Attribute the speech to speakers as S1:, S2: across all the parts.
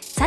S1: さ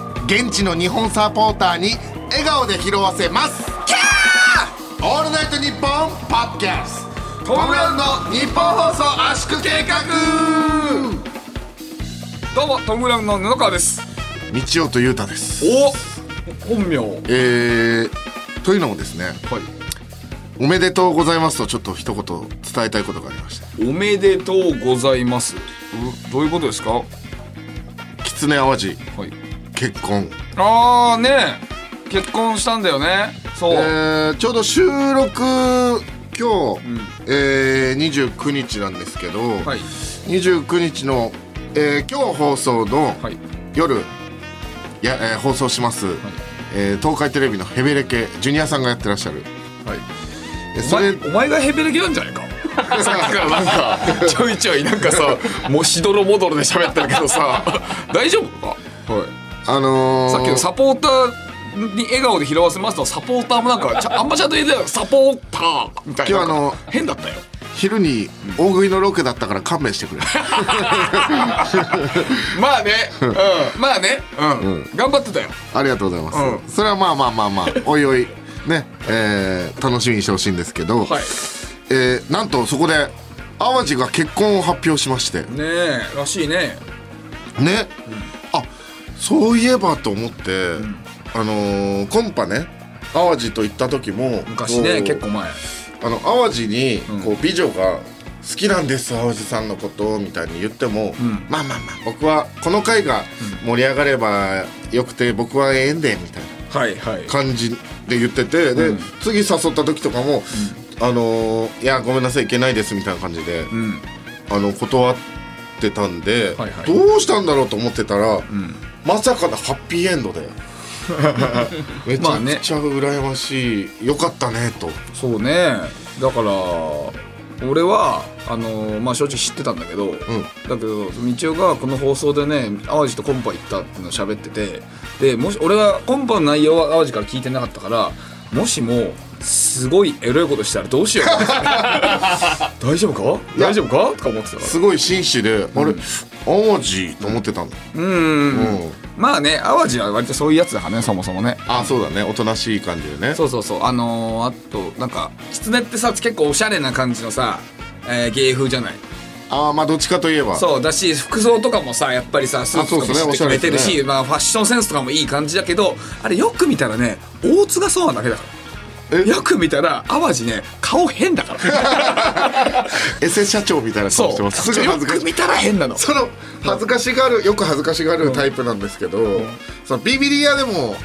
S2: 現地の日本サポーターに笑顔で拾わせますキャーオールナイトニッポンパッキャストムブラウンの日本放送圧縮計画
S3: どうもトム・ブラウンの布川です
S2: 日曜と裕太です
S3: お本名はい
S2: えー、というのもですねおめでとうございますとちょっと一言伝えたいことがありまして
S3: おめでとうございますうどういうことですかは
S2: 狐淡路
S3: い
S2: 結婚
S3: ああねえ結婚したんだよねそう、
S2: えーちょうど収録今日、
S3: ん
S2: えー、29日なんですけど、
S3: はい
S2: 29日の、えー今日放送の
S3: はい
S2: 夜、やえー放送します、えー東海テレビのヘベレケジュニアさんがやってらっしゃる
S3: はい
S2: え
S3: お
S2: そ
S3: 前
S2: れ
S3: お前がヘベレケなんじ ゃないかさっきからなんかちょいちょいなんかさもうしどろもどろで喋ってるけどさ 大丈夫か、はい、
S2: あのー、
S3: さっきのサポーターに笑顔で拾わせますとサポーターもなんかちゃあんまちゃんと言えてないサポーターみたい
S2: 今
S3: な
S2: 日あの
S3: 変だったよ
S2: 昼に大食いのロケだったから勘弁して くれ
S3: まあね、うん、まあね、うん、頑張ってたよ。
S2: ありがとうございます、
S3: う
S2: それはまあまあまあまあおいおいね、えー楽しみにしてほしいんですけど、
S3: はい
S2: えーなんとそこで淡路が結婚を発表しまして
S3: ねえ、らしいね。
S2: ね、あそういえばと思って、あのーコンパね淡路と行った時も
S3: 昔ね、結構前。
S2: 構あの淡路に
S3: ん
S2: こう美女が「好きなんです淡路さんのこと」みたいに言っても、
S3: ん
S2: まあまあまあ僕はこの回が盛り上がればよくて僕はええんでみたいな
S3: はいはい。
S2: 感じで言っててで、
S3: うん
S2: 次誘った時とかも「あのーいやごめんなさいいけないです」みたいな感じで
S3: うん、
S2: あの断ってたんで、
S3: はいはい
S2: どうしたんだろうと思ってたら、
S3: ん
S2: まさかのハッピーエンド でめち
S3: まあ
S2: ゃ
S3: ね
S2: くちゃ羨ましい、よかったねと
S3: そうね。だから、俺は、あのまあ正直知ってたんだけど、だけど道夫がこの放送でね淡路とコンパ行ったっていうのを喋っててでもし俺はコンパの内容は淡路から聞いてなかったからもしもすごいエロいことしたらどうしようと思って 大丈夫か大丈夫かとか思ってたから
S2: すごい紳士で、あれ淡路と思ってたの、
S3: うんうんう
S2: う
S3: ん、
S2: ん
S3: まあね淡路は割とそういうやつだからねそもそもね
S2: あそうだねおとなしい感じでね
S3: そうそうそうあのー、あとなんか狐ってさ結構おしゃれな感じのさ、えー芸風じゃない
S2: ああまあどっちかといえば
S3: そうだし服装とかもさやっぱりさスーツとかも
S2: そうです
S3: して決
S2: ね
S3: めてる
S2: おしゃれ
S3: し、
S2: です
S3: まあ、ファッションセンスとかもいい感じだけどあれよく見たらね大津がそうなだけだから
S2: え
S3: よく見たら淡路ね顔変だから
S2: エセ社長みたいな顔
S3: そ
S2: して
S3: う
S2: ますすぐ恥ずか
S3: よ
S2: し
S3: く
S2: い
S3: 見たら変なの
S2: その恥ずかしがるよく恥ずかしがるタイプなんですけど、そのビビリ屋でも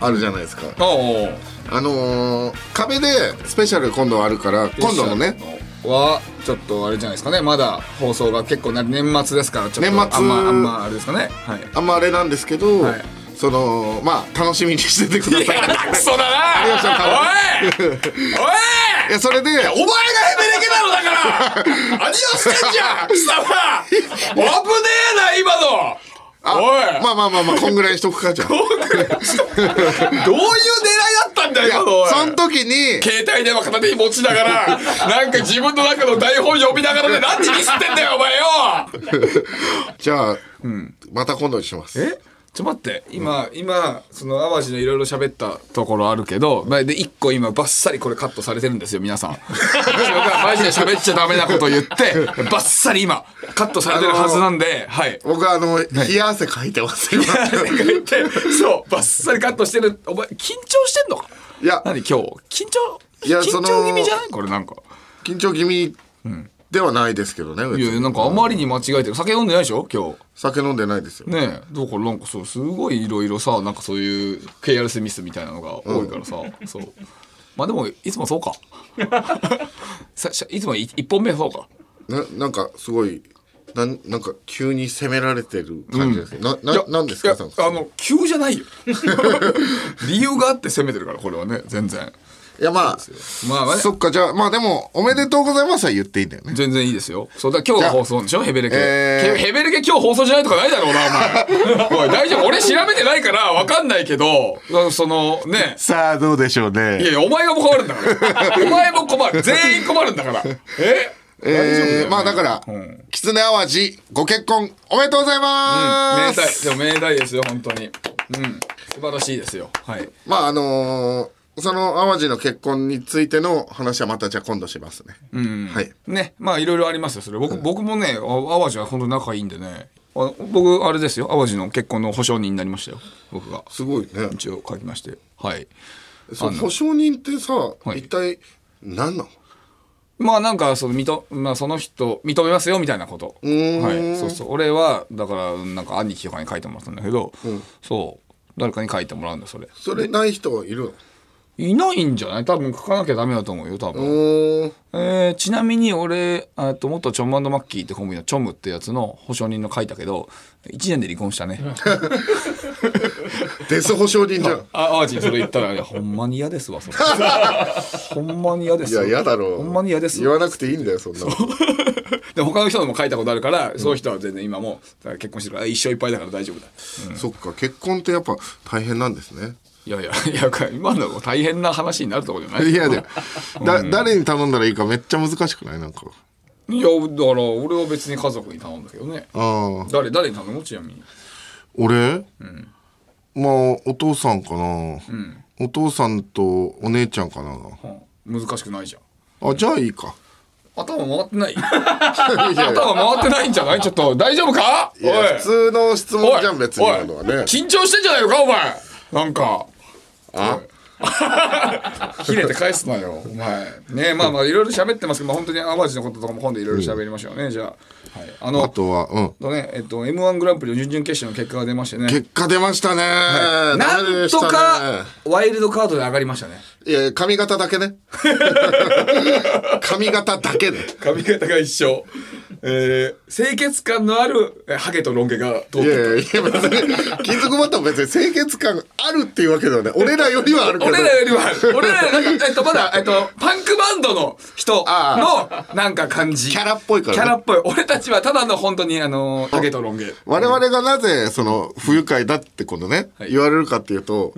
S2: あるじゃないですか、
S3: おう
S2: あのー、壁でスペシャル今度あるから今度のね
S3: はちょっとあれじゃないですかねまだ放送が結構な年末ですからちょっと
S2: 年末
S3: あんまあんまあれですかねはい
S2: あんまあれなんですけど、
S3: はい
S2: そのまあ楽しみにしててください
S3: クソだ
S2: ありがとう
S3: なおい
S2: いやそれで
S3: お前がヘベレケなのだから何をしてんじゃん貴様危ねえな今の
S2: あ
S3: おい、
S2: まあまあまあまあこんぐらいにしとくか じゃんい
S3: どういう狙いだったんだよ
S2: や
S3: 今のおい
S2: その時に
S3: 携帯電話片手に持ちながらなんか自分の中の台本読みながらで何時に吸ってんだよお前よ
S2: じゃあ、また今度にします
S3: えちょ待って今、今その淡路のいろいろ喋ったところあるけど、まあ、で一個今バッサリこれカットされてるんですよ皆さん マジで喋っちゃダメなこと言ってバッサリ今カットされてるはずなんで、 はい
S2: 僕はあの冷や汗かいてます よ
S3: 言ってそうバッサリカットしてるお前緊張してんのか
S2: いや
S3: 何今日緊張
S2: いや
S3: 緊
S2: その
S3: 張気味じゃないこれなんか
S2: 緊張気味ではないですけどね、別
S3: い
S2: に
S3: やいやなんかあまりに間違えてる酒飲んでないでしょ今
S2: 酒飲んでないですよ、
S3: 日ねえだからなんかそうすごいいろいろさなんかそういう KRS ミスみたいなのが多いから さ、そうまあでもいつもそうか さしいつもい一本目そうか
S2: ななんかすごいなんなんか急に責められてる感じです、ねない
S3: や
S2: ななんですか
S3: いや
S2: サンさん
S3: あの急じゃないよ 理由があって攻めてるからこれはね全然
S2: いやまあ
S3: まあまあね
S2: そっかじゃあまあでも「おめでとうございます」は言っていいんだよね
S3: 全然いいですよそうだ今日が放送なんでしょヘベレケ、
S2: えー
S3: ヘヘベレケ今日放送じゃないとかないだろう なお前おい大丈夫俺調べてないから分かんないけどそのね
S2: さあどうでしょう
S3: いや
S2: ね
S3: いやお前が困るんだ からお前も困る全員困るんだからえ
S2: えー、まあだから「狐淡路ご結婚おめでとうございま
S3: 明
S2: す」
S3: 大でも明大ですよ本当にうん素晴らしいですよはい
S2: まああのーその淡路の結婚についての話はまたじゃあ今度しますね、はい
S3: ねまあいろいろありますよそれ僕,、僕もねあ淡路は本当仲いいんでねあ僕あれですよ淡路の結婚の保証人になりましたよ僕が
S2: すごいね
S3: 一応書きましてはい
S2: そう保証人ってさ、
S3: い
S2: 一体何なの
S3: まあなんかその認、まあ、その人認めますよみたいなこと
S2: ーん
S3: はいそうそう俺はだからなんか兄貴とかに書いてもらったんだけど、そう誰かに書いてもらうんだよそれ
S2: それない人はいる
S3: いないんじゃない多分書かなきゃダメだと思うよ多
S2: の
S3: 分、
S2: うーん
S3: えーちなみに俺えっと元チョムマッキーってコンビのチョムってやつの保証人の書いたけど1年で離婚したね
S2: デス保証人じゃん
S3: あ、アーチにそれ言ったら、いや、ほんまに嫌ですわ、 それ。ほんまに嫌で
S2: い
S3: す
S2: や
S3: わ。
S2: 嫌だろう
S3: ほんまに嫌です
S2: 言わなくていいんだよそんなの
S3: で、他の人のも書いたことあるから、そういう人は全然今もう結婚してるから、一生いっぱいだから大丈夫だ。
S2: そっか結婚ってやっぱ大変なんですね
S3: いやいや、いや、今のは大変な話になるとこじゃな い
S2: いやでだ誰に頼んだらいいかめっちゃ難しくないなんか
S3: いや、だから俺は別に家族に頼んだけどね。
S2: ああ
S3: 誰、誰に頼むちなみに。
S2: 俺、まあお父さんかな、お父さんとお姉ちゃんかな
S3: はあ難しくないじゃん。
S2: あじゃあいい か
S3: 頭回ってない
S2: いやいや
S3: 頭回ってないんじゃないちょっと、大丈夫か
S2: いや普通の質
S3: おい
S2: 問じゃん別に
S3: おい
S2: 今のはね
S3: 緊張してんじゃないのかお前なんか
S2: あ
S3: 切れて返すなよお前ねまあまあいろいろ喋ってますけど、まあ、本当に淡路のこととかも今度いろいろ喋りましょうね、じゃあ、はい、あの
S2: あとはうん
S3: とねえっと m 1グランプリの準々決勝の結果が出ましてね
S2: 結果出ましたね、
S3: な
S2: ダメ
S3: ん
S2: で
S3: と
S2: したね
S3: かワイルドカードで上がりましたね
S2: いや髪型だけね 髪型だけね
S3: 髪型が一緒、えー、清潔感のあるえハゲとロン毛が通っ
S2: い
S3: て
S2: やいやいや別に金属バットも別に清潔感あるっていうわけではない俺らよりはあるけど
S3: 俺らより は俺らなんかえっとまだえっとパンクバンドの人の
S2: あ
S3: なんか感じ
S2: キャラっぽいからね
S3: キャラっぽい俺たちはただの本当にあのハゲとロン毛
S2: 我々がなぜその不愉快だってこのね、
S3: はい
S2: 言われるかっていうと、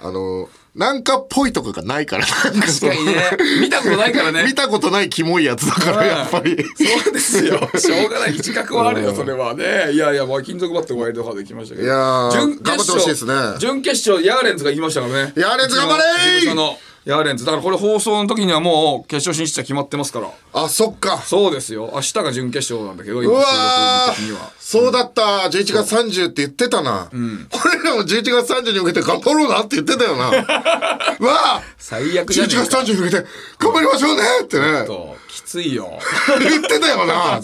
S2: あのなんかっぽいとかがないからなんかそ
S3: 確
S2: の
S3: かにね見たことないからね
S2: 見たことないキモいやつだからやっぱり
S3: そうですよ。しょうがない。自覚はあるよ、それはね。いやいや、まあ、金属バットワイルドカード行きましたけど。
S2: いやー
S3: 準決
S2: 頑
S3: 勝
S2: 張ってほしいですね
S3: 準決勝、ヤーレンズが行きましたからね。
S2: ヤーレンズ頑張れー
S3: うちの事務所のヤーレンズ。だからこれ放送の時にはもう決勝進出者決まってますから。
S2: あそっか
S3: そうですよ。明日が準決勝なんだけど、
S2: う
S3: 今、
S2: わ
S3: 収録日的には
S2: ー。そうだった11月30って言ってたな、俺らも11月30に向けて頑張ろうなって言ってたよなわあ
S3: 最悪じゃね
S2: 11
S3: え
S2: 月
S3: か。
S2: 30に向けて頑張りましょうねってね
S3: ときついよ。
S2: 言ってたよな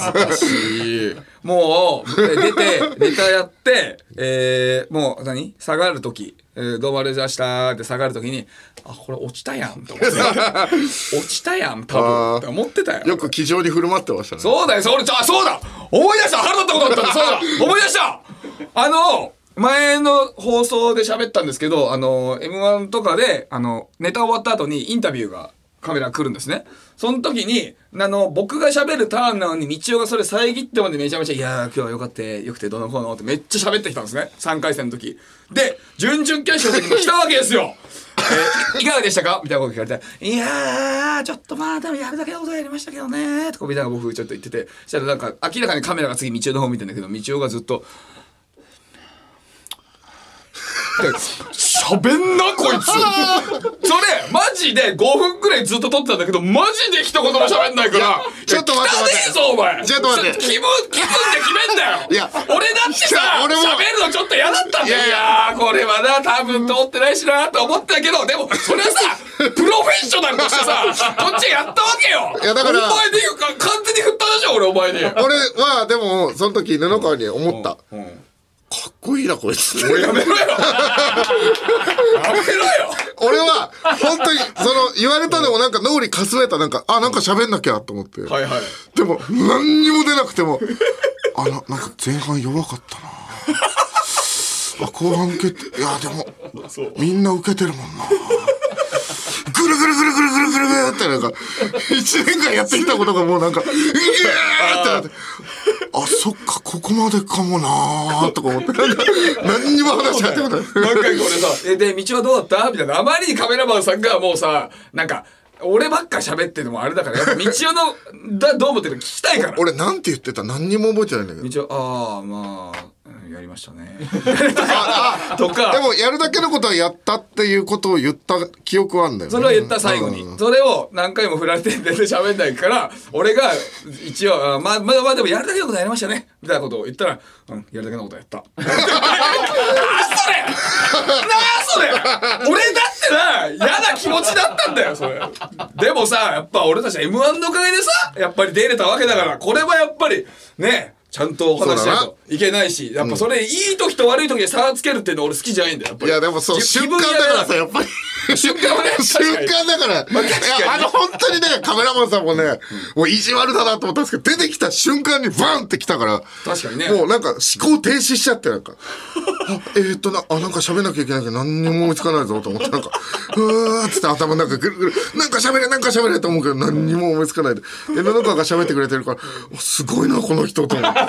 S3: もう、え出て、ネタやって、えー、もう、何下がるとき、えー、どうもありがとうございましたって下がるときに、あ、これ落ちたやん、と思って。落ちたやん、多分。
S2: あー
S3: って思ってたよ。
S2: よく気丈に振る舞ってましたね
S3: そうだよ、それ、あ、そうだ思い出した腹立ったことあったんだそうだ思い出したあの、前の放送で喋ったんですけど、あの、M1 とかで、あの、ネタ終わった後にインタビューが、カメラ来るんですね。その時に、あの、僕が喋るターンなのに、道夫がそれ遮ってまでめちゃめちゃ、いやー、今日はよかった、よくてどうのこうのってめっちゃ喋ってきたんですね。3回戦の時。で、準々決勝の時も来たわけですよえーいかがでしたかみたいなこと聞かれて、いやー、ちょっとまあ、多分やるだけのことやりましたけどねー、とかみたいな僕ちょっと言ってて、そしたらなんか、明らかにカメラが次、道夫の方見てんだけど、道夫がずっと、って喋んなこいつそれマジジで5分くらいずっと撮ってたんだけど、マジで一言も喋んないか
S2: いや
S3: ら。
S2: ちょっと待って待って
S3: 汚ねえぞ、お前。
S2: ちょっと待って
S3: 気分、気分で決めんだよ。
S2: いや
S3: 俺だってさ、
S2: いや俺も
S3: 喋るのちょっと嫌だったんだよ。
S2: いやい
S3: い
S2: や
S3: やー、これはな、多分通ってないしなと思ってたけど、でも、それ はさ、プロフェッショナルとしてさ、こっちがやったわけよ。
S2: いやだから
S3: お前で言うか、完全に振ったでしょ、俺、お前に。
S2: 俺はでもその時布川に思った、かっこいいなこいつ
S3: 俺やめろよ。やめろよ。
S2: 俺は本当にその言われたのもなんか脳裏かすめたなんかあなんか喋んなきゃと思って、
S3: はいはい。
S2: でも何にも出なくてもあななんか前半弱かったなあ後半受けていやでもみんな受けてるもんなぐるぐるぐるぐるぐるぐるぐるってなんか1年間やってきたことがもうなんかうぎゅーってなってあそっかここまでかもなーとか思ってなんか何にも話し合ってこない
S3: なんかこれさ、え、で、道はどうだったみたいな。あまりにカメラマンさんがもうさ、なんか、俺ばっか喋ってるのもあれだから、やっぱ道夫の、だ、どう思ってるの聞きたいから。
S2: 俺なんて言ってた何にも覚えてないんだけど
S3: 道夫、ああ、まあ、うんやりましたね。 とか、
S2: でもやるだけのことはやったっていうことを言った記憶はあんだよね
S3: それを言った最後に
S2: うん。
S3: それを何回も振られて全然喋んないから、俺が一応、あまあ、まあ、まあ、でもやるだけのことやりましたね。みたいなことを言ったら、うん、やるだけのことやった。なあそれなあそれ俺だってな、嫌な気持ちだったんだよ、それ。でもさ、やっぱ俺たちは M1 のおかげでさ、やっぱり出れたわけだから、これはやっぱり、ね、ちゃんとお話ししない
S2: そうだ
S3: といけないし、やっぱそれ、いい時と悪い時で差つけるっていうの俺好きじゃないんだよ、やっぱ
S2: い
S3: り。
S2: やでもそう
S3: 自
S2: 瞬
S3: 分
S2: 間だからさ
S3: や
S2: やっぱり
S3: な瞬間はね、確
S2: 瞬
S3: かに
S2: 間だから、いやあの本当にねカメラマンさんもね、もう意地悪だなと思ったんですけど出てきた瞬間にバンってきたから
S3: 確かにね
S2: もうなんか思考停止しちゃってなんかあえー、っとなあなんか喋んなきゃいけないけど何にも思いつかないぞと思ってなんか うーっつって頭の中ぐるぐるなんか喋れなんか喋れと思うけど何にも思いつかないでで布川が喋ってくれてるからおすごいなこの人と思って。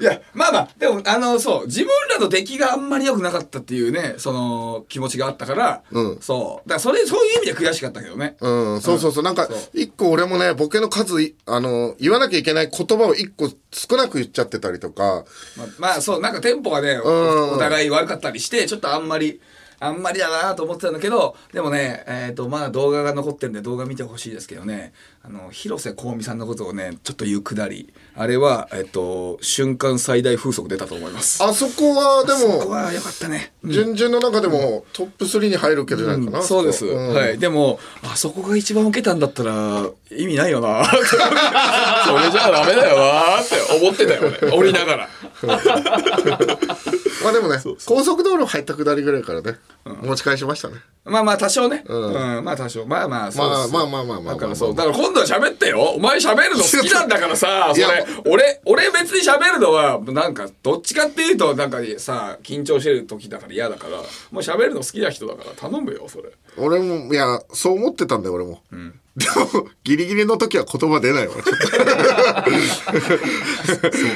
S3: いや、まあまあ、でも、あの、そう、自分らの出来があんまり良くなかったっていうね、その、気持ちがあったから、
S2: うん
S3: そう。だから、それ、そういう意味で悔しかったけどね。
S2: うん、そうそうそう。なんか
S3: そう、
S2: 一個俺もね、ボケの数い、あの、言わなきゃいけない言葉を一個少なく言っちゃってたりとか、
S3: まあ、まあ、そう、なんかテンポがね、
S2: ん
S3: おお互い悪かったりして、ちょっとあんまり、あんまりだなと思ってたんだけど、でもね、えっ、と、まだ動画が残ってるんで動画見てほしいですけどね、あの、広瀬香美さんのことをね、ちょっと言うくだり、あれは、えっ、と、瞬間最大風速出たと思います。
S2: あそこはで
S3: ここ
S2: も、
S3: は良かったね。うん
S2: 順々の中でもトップ3に入るけどじゃないかな。
S3: そうです、
S2: こうん
S3: はいでもあそこが一番受けたんだったら意味ないよな それじゃあダメだよなって思ってたよね降りながら
S2: まあでもね、高速道路入った下りぐらいからね、持ち返しましたね。
S3: まあまあ多少ね、うんんまあ多少まあまあそうです
S2: まあまあまあまあまあ
S3: だからそうだから今度は喋ってよお前喋るの好きなんだからさ
S2: い
S3: そ
S2: や
S3: れ俺俺別に喋るのはなんかどっちかっていうとなんかさ緊張してる時だから嫌だからもう喋るの好きな人だから頼むよそ れ
S2: 俺も、いや、そう思ってたんだよ、俺も。でも、ギリギリの時は言葉出 ないわ。ちょっと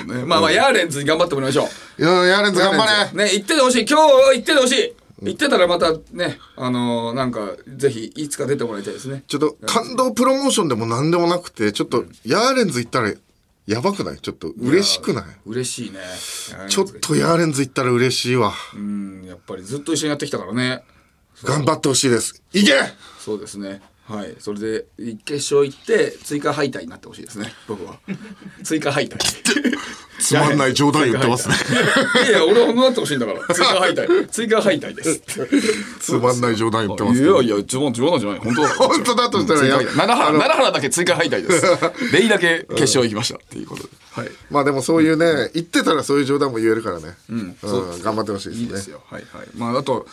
S3: ねまあまあヤーレンズに頑張ってもらいましょう
S2: いや、ヤーレンズ頑張れ
S3: ね、行っててほしい。今日は行っててほしい。行ってたらまたね、あのーなんか、ぜひ、いつか出てもらいたいですね。
S2: ちょっと感動プロモーションでも何でもなくて、ちょっと、ヤーレンズ行ったら、やばくないちょっと、嬉しくない
S3: 嬉しいね。
S2: ちょっとヤーレンズ行ったら嬉しいわ。
S3: うん、やっぱりずっと一緒にやってきたからね。
S2: 頑張ってほしいです。いけ
S3: そうですね。はい。それで、決勝行って、追加敗退になってほしいですね。僕は。 追 加敗退。
S2: つまんない冗談言ってますね。
S3: いやいや、俺はそうなってほしいんだから。追加敗退。追加敗退です。
S2: つまんない冗談言ってます
S4: い
S2: ね。
S4: やいや、冗談冗談じゃない。本当だから。
S2: 本当だとしたらやばい
S4: 奈良原、奈良原だけ追加敗退 です。レイだけ決勝行きましたっていうことで。
S3: はい。
S2: まあでもそういうね、言ってたらそういう冗談も言えるからね。うん。
S3: そうです
S2: 頑張ってほし
S3: い
S2: い
S3: いで
S2: です
S3: す
S2: ね。
S3: よ。はいはい。まああと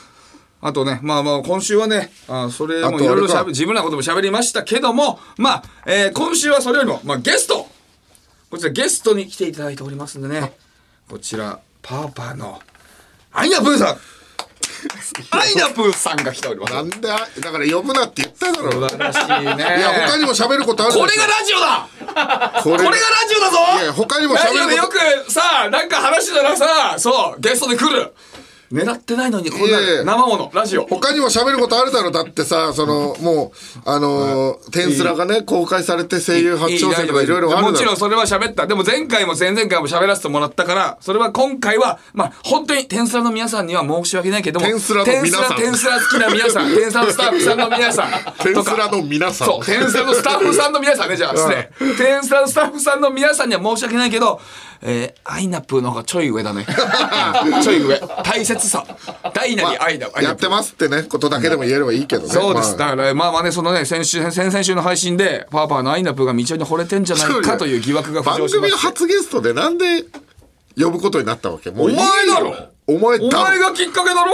S3: あとね、まあまあ今週はね、あそれ
S2: あと
S3: もいろいろ
S2: あれか
S3: 喋自分らのことも喋りましたけども、まあ、えー今週はそれよりもまあゲストこちらゲストに来ていただいておりますんでね、こちらパーパーのアイナプ ーさん、アイナプーさんが来ております。
S2: なんで、だから呼ぶなって言っただろ。
S3: 素晴らしいね。
S2: いや、他にも喋ることある
S3: これがラジオだ。
S2: これ
S3: これがラジオだぞ
S2: いや他にも喋
S3: ラ
S2: る
S3: ジオでよ
S2: こと
S3: くさなんか話したらさそうゲストで来る狙ってないのにこんない
S2: やいや
S3: 生ものラジオ
S2: 他にも喋ることあるだろだってさそのもうあのー天スラがね公開されて声優初挑戦とかいろいろあるだろ
S3: もちろんそれは喋ったでも前回も前々回も喋らせてもらったからそれは今回はまあ本当に天スラの皆さんには申し訳ないけども
S2: 天スラの皆さん
S3: 天スラ天スラ好きな皆さん天スラのスタッフさんの皆さん
S2: 天
S3: と
S2: スラ
S3: か
S2: の皆さん
S3: そう天スラのスタッフさんの皆さんねじゃあ失礼天スラのスタッフさんの皆さんには申し訳ないけどえーアイナップの方がちょい上 だねちょい上大切さ大なりアイナップ
S2: やってますってねことだけでも言えればいいけどね
S3: そうで
S2: ま
S3: す。
S2: あ
S3: だから、まあまあね、そのね、先週、先々週の配信で、パーパーのアイナップが道夫に惚れてんじゃないかという疑惑が浮
S2: 番
S3: 上しま
S2: 組の
S3: した。
S2: 初ゲストでなんで呼ぶことになったわけもういいよ
S3: お前だろ
S2: お前だろ
S3: お前がきっかけだろ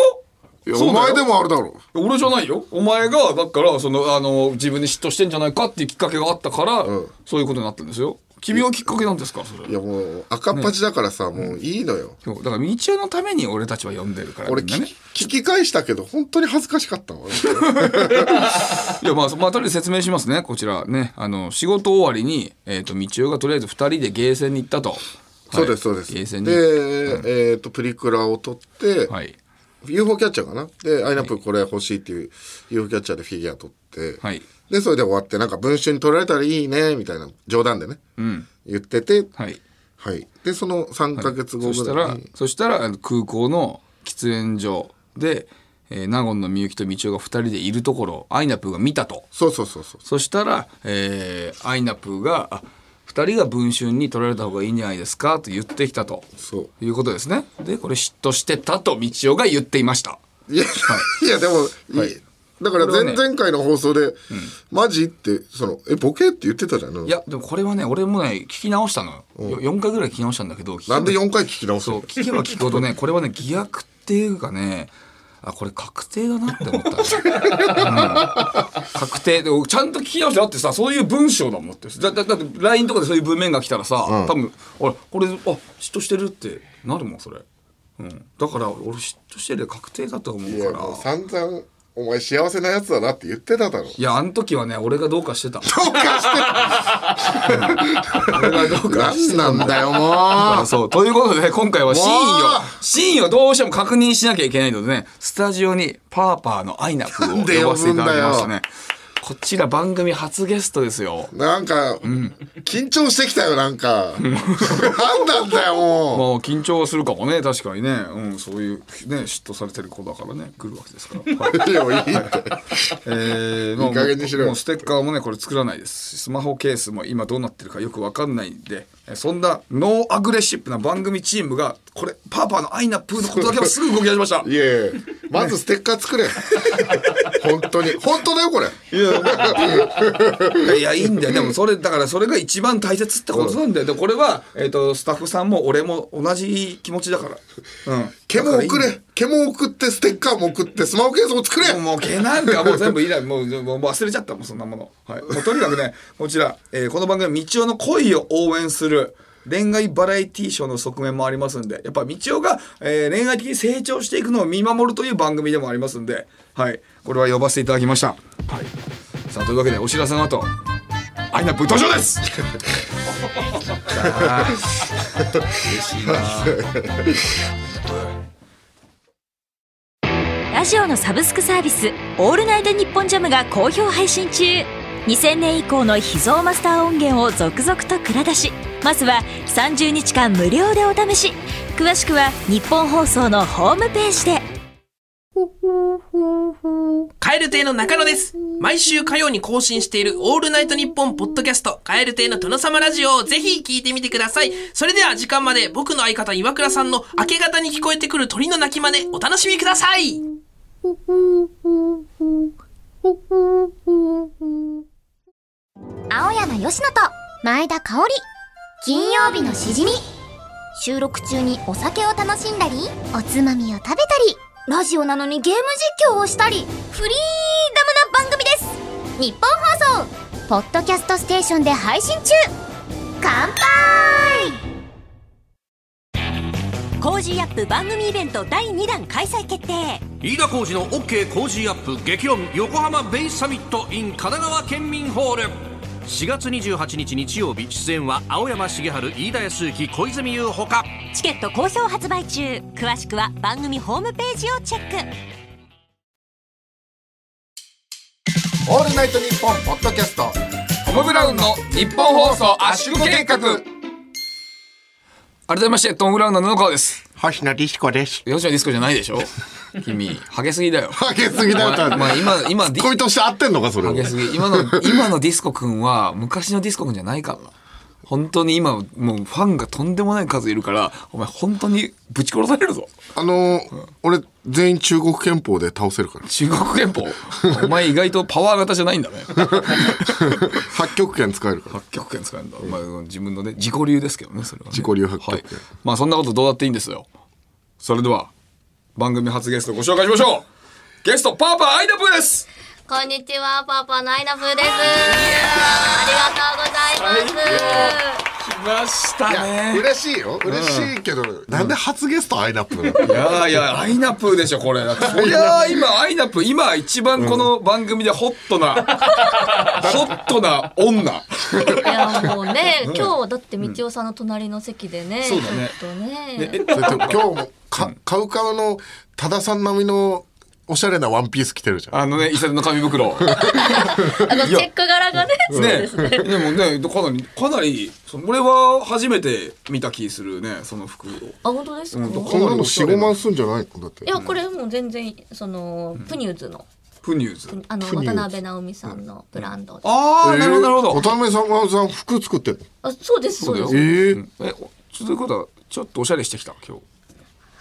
S2: いや
S3: そうだよ
S2: お前でもあるだろ
S3: 俺じゃないよ。お前が、だから、その、あの、自分で嫉妬してんじゃないかっていうきっかけがあったから、そういうことになったんですよ。君はきっかけなんですかそれ。
S2: いやもう赤っ端だからさ、もういいのよ
S3: そうだから、道夫のために俺たちは呼んでるから。
S2: 俺
S3: みんな
S2: 聞
S3: ね
S2: き聞き返したけど本当に恥ずかしかったわ
S3: いやまあ、まあ、とりあえず説明しますねこちらねあの仕事終わりに、えー、と道夫がとりあえず2人でゲーセンに行ったと、
S2: そうで
S3: はい
S2: すそうです
S3: ゲーセンに
S2: で、えっ、とプリクラを撮って、
S3: はい、
S2: UFO キャッチャーかなでアイナップこれ欲しいっていう UFO キャッチャーでフィギュア撮って、
S3: はい
S2: でそれで終わってなんか文春に撮られたらいいねみたいな冗談でね、言ってて
S3: はい、
S2: はいでその3か月後
S3: そし
S2: ぐ
S3: た
S2: らい
S3: ら
S2: に、
S3: そしたらあの空港の喫煙所で、えー、納言のみゆきと道夫が2人でいるところをアイナプーが見たと
S2: そうそうそうそう
S3: そしたら、えーアイナプーがあ「2人が文春に取られた方がいいんじゃないですか」と言ってきたと
S2: そう
S3: いうことですねでこれ嫉妬してたと道夫が言っていました
S2: いや,、い、やでも、いいだから
S3: これは
S2: 前
S3: ね
S2: 々回の放送で、マジってそのえボケって言ってたじゃん
S3: いやでもこれはね俺もね聞き直したのよ4回ぐらい聞き直したんだけど
S2: なんで4回聞き直す
S3: そう
S2: の
S3: 聞けば聞くほど ねこれはね偽悪っていうかねあこれ確定だなって思 った、うん確定でちゃんと聞き直してだってさそういう文章だもんだってだだだって LINE とかでそういう文面が来たらさ、多分俺これあ嫉妬してるってなるもんそれ、うん、だから俺嫉妬してるで確定だと思
S2: いうや
S3: か
S2: もう
S3: ら
S2: 散々お前幸せなやつだなって言ってただろ
S3: いやあの時はね俺がどうかして
S2: ど
S3: た
S2: うかして
S3: 俺がどうかしてた
S2: なんなんだよも
S3: あそう。ということで、今回はシーン
S2: も
S3: を
S2: う、
S3: シーンをどうしても確認しなきゃいけないのでね、スタジオにパーパーのアイナプーを
S2: なんで
S3: 呼
S2: 呼
S3: ばせて
S2: ぶ
S3: い
S2: ん
S3: た
S2: だよ
S3: だきましたね。こちら番組初ゲストですよ
S2: う。なんか、緊張してきたよなんかなんなんだよも
S3: まあ緊張はするかもね、確かにね。うん、そういう、ね、嫉妬されてる子だからね、来るわけです から。はいう
S2: いいよいいって
S3: えーもう
S2: いい加減にしろよ
S3: もうステッカーもねこれ作らないですしスマホケースも今どうなってるかよくわかんないんでえーそんなノーアグレッシブな番組チームがこれパーパーのアイナプーのことだけはすぐ動き出しました
S2: いやいやまずステッカー 作れ本当に本当だよこれ
S3: いやいやいいんだよでもそれだからそれが一番大切ってことなんだよでこれは、えー、とスタッフさんも俺も同じ気持ちだからうん
S2: 毛も
S3: だか
S2: 送
S3: らいいん
S2: れ毛も送ってステッカーも送ってスマホケースも作れ
S3: だよもう毛なんかもう全部いらんもうもう忘れちゃったもうそんなもの、はい、もうとにかくねこちら、えーこの番組は道夫の恋を応援する恋愛バラエティーショーの側面もありますんでやっぱ道夫が、えー恋愛的に成長していくのを見守るという番組でもありますんで、はい、これは呼ばせていただきました、はい、さあというわけでお知らせの後アイナップ登場です
S1: ラジオのサブスクサービス「オールナイトニッポンジャム」が好評配信中2000年以降の秘蔵マスター音源を続々と蔵出しまずは30日間無料でお試し詳しくは日本放送のホームページで
S5: カエル亭の中野です。毎週火曜に更新しているオールナイトニッポンポッドキャスト、カエル亭の殿様ラジオをぜひ聞いてみてください。それでは時間まで僕の相方岩倉さんの明け方に聞こえてくる鳥の鳴き真似、お楽しみください。
S6: 青山よしと前田香織金曜日のしじみ収録中にお酒を楽しんだりおつまみを食べたりラジオなのにゲーム実況をしたりフリーダムな番組です日本放送ポッドキャストステーションで配信中乾杯
S1: コージーアップ番組イベント第2弾開催決定
S7: 飯田浩司の OK 工事アップ激論横浜ベイサミット in 神奈川県民ホール4月28日日曜日出演は青山茂春飯田康之小泉優ほか
S1: チケット好評発売中詳しくは番組ホームページをチェック
S2: オールナイトニッポンポッドキャスト
S3: トム・ブラウンの日本放送圧縮計画改めましてトム・ブラウンの布川です
S2: 星野ディスコです
S3: 吉野ディスコじゃないで しょ君ハゲすぎだよ
S2: ハゲすぎだよ
S3: まあ今今ディ
S2: 恋として合ってんのかそれ
S3: ハゲすぎ今の今のディスコくんは昔のディスコくんじゃないからな本当に今もうファンがとんでもない数いるからお前本当にぶち殺されるぞ
S2: あのー俺全員中国憲法で倒せるから
S3: 中国憲 法お前意外とパワー型じゃないんだね
S2: 八極拳使えるから
S3: 八極拳使えるんだ、まあ、自分のね自己流ですけどねそれはね、
S2: 自己流八極拳
S3: はい、まあそんなことどうだっていいんですよそれでは番組初ゲストご紹介しましょうゲストパーパーアイナプーです
S6: こんにちは、パパのアイナプーです。ありがとうございます。
S3: 来ました
S2: いや嬉しいよ嬉しいけど、なんで初ゲストアイナップなの
S3: いやいやアイナプーでしょこれだってそりゃあ今アイナプー今一番この番組でホットな、ホットな女
S8: いやもう ね、今日はだって道夫さんの隣の席でね、
S3: そうだね
S8: ちょっとね
S2: それと今日もかカウカウの多田さん並みのおしゃれなワンピース着てるじゃん
S3: あの ね伊勢の紙袋
S8: あのチェック柄がね、そう
S3: ね
S8: ですね。
S3: でもねかなりかなりその俺は初めて見た気するねその服を
S8: あ本当ですか。
S3: うんと
S2: こんなの45万すんじゃないのだって
S8: いやこれもう全然そのプニューズの
S3: プニューズ
S8: あの
S2: プニューズ
S8: 渡辺直美さんのブランドで。
S3: ああなるほどなるほど
S2: 渡辺さんがさん服作ってんの
S8: あそうですそうで
S3: そうだ
S8: す。
S2: ええ
S3: えおちょっということはちょっとおしゃれしてきた今日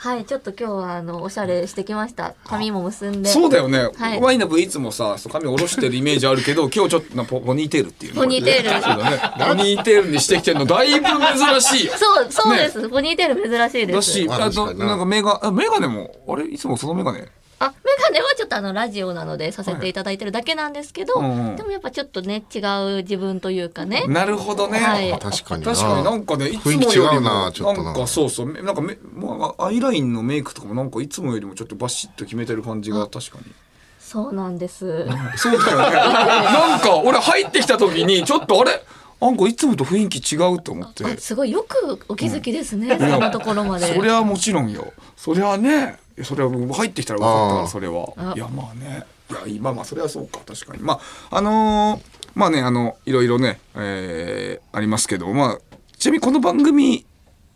S8: はいちょっと今日はあのおしゃれしてきました。髪も結んで。
S3: そうだよね、
S8: はい
S3: ワイナブいつもさそう髪下ろしてるイメージあるけ ど今日ちょっとなポポニーテールっていうの
S8: ポニーテール
S3: そうだねポニーテールにしてきてるのだいぶ珍しいよ
S8: そうそうです。ポニーテール珍しいで
S3: だ
S8: す
S3: し。
S2: まあ
S3: あ
S2: 確
S3: と
S2: かにな
S3: なんかメガあメガネもあれいつもそのメガネ
S8: あメガネはちょっとあのラジオなのでさせていただいてるだけなんですけど、
S3: はいうんうん
S8: でもやっぱちょっとね違う自分というかね。
S3: なるほどね、
S8: はい
S2: 確かにな
S3: 確かになんかねいつも
S2: 雰囲気違
S3: より
S2: う
S3: もな
S2: なちょっとなん
S3: かそうそうめなんかめ、まあ、アイラインのメイクとかもなんかいつもよりもちょっとバシッと決めてる感じが確かに
S8: そうな んです。
S3: そうだよねなんか俺入ってきた時にちょっとあれなんかいつもと雰囲気違うと思って
S8: あすごいよくお気づきですね、そんなところまで。
S3: そりゃもちろんよそりゃねそれは僕入ってきたら分かったか
S2: あ
S3: ら
S2: ー
S3: それは
S8: あ
S3: いやまあねいや今まあそれはそうか確かにまああのーまあねあのいろいろね、えーありますけどまあちなみにこの番組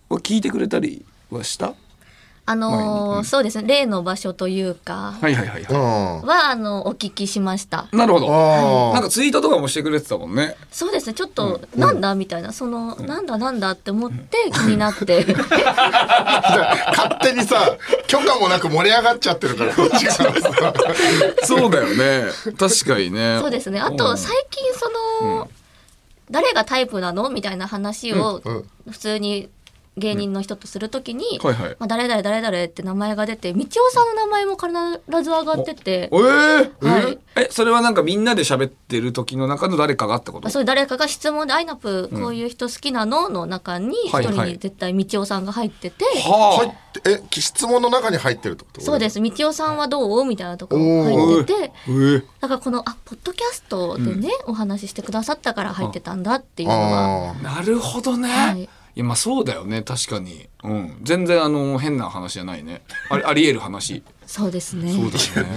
S3: は聞いてくれたりはした
S8: あのー
S3: 前にうん
S8: そうですね例の場所というか
S3: はいはいはいは
S2: うん
S8: はあのお聞きしました。
S3: いなるほど
S2: あ
S3: な
S2: あ
S3: んかツイートとかもしてくれてたもんね
S8: そうですねちょっと、なんだみたいなその、なんだなんだって思って気になって、え
S2: 勝手にさ許可もなく盛り上がっちゃってるからこっちがさ
S3: そうだよね確かにね
S8: そうですねあ
S3: う
S8: と
S3: ん
S8: 最近その、誰がタイプなのみたいな話を
S2: うん
S8: 普通に芸人の人とするときに、
S3: うんはいはい
S8: まあ、誰々誰々って名前が出て道夫さんの名前も必ず上がってて
S3: え。ー
S8: はい
S3: えそれはなんかみんなで喋ってる時の中の誰かがってこと
S8: まあ、それ誰かが質問で「アイナプーこういう人好きなの?」の中に一
S3: はいはい
S8: 人に絶対道夫さんが入ってて、
S2: 入
S3: は
S2: ってえ質問の中に入ってるってこと
S8: そうですす「道夫さんはどう?」みたいなところ入ってて
S3: あえー
S8: だからこのあポッドキャストでね、お話ししてくださったから入ってたんだっていうのは
S2: あ
S3: なるほどね。
S8: はい
S3: い、やまあそうだよね確かに。うん全然あの変な話じゃないね。ありありえる話。
S8: そうですね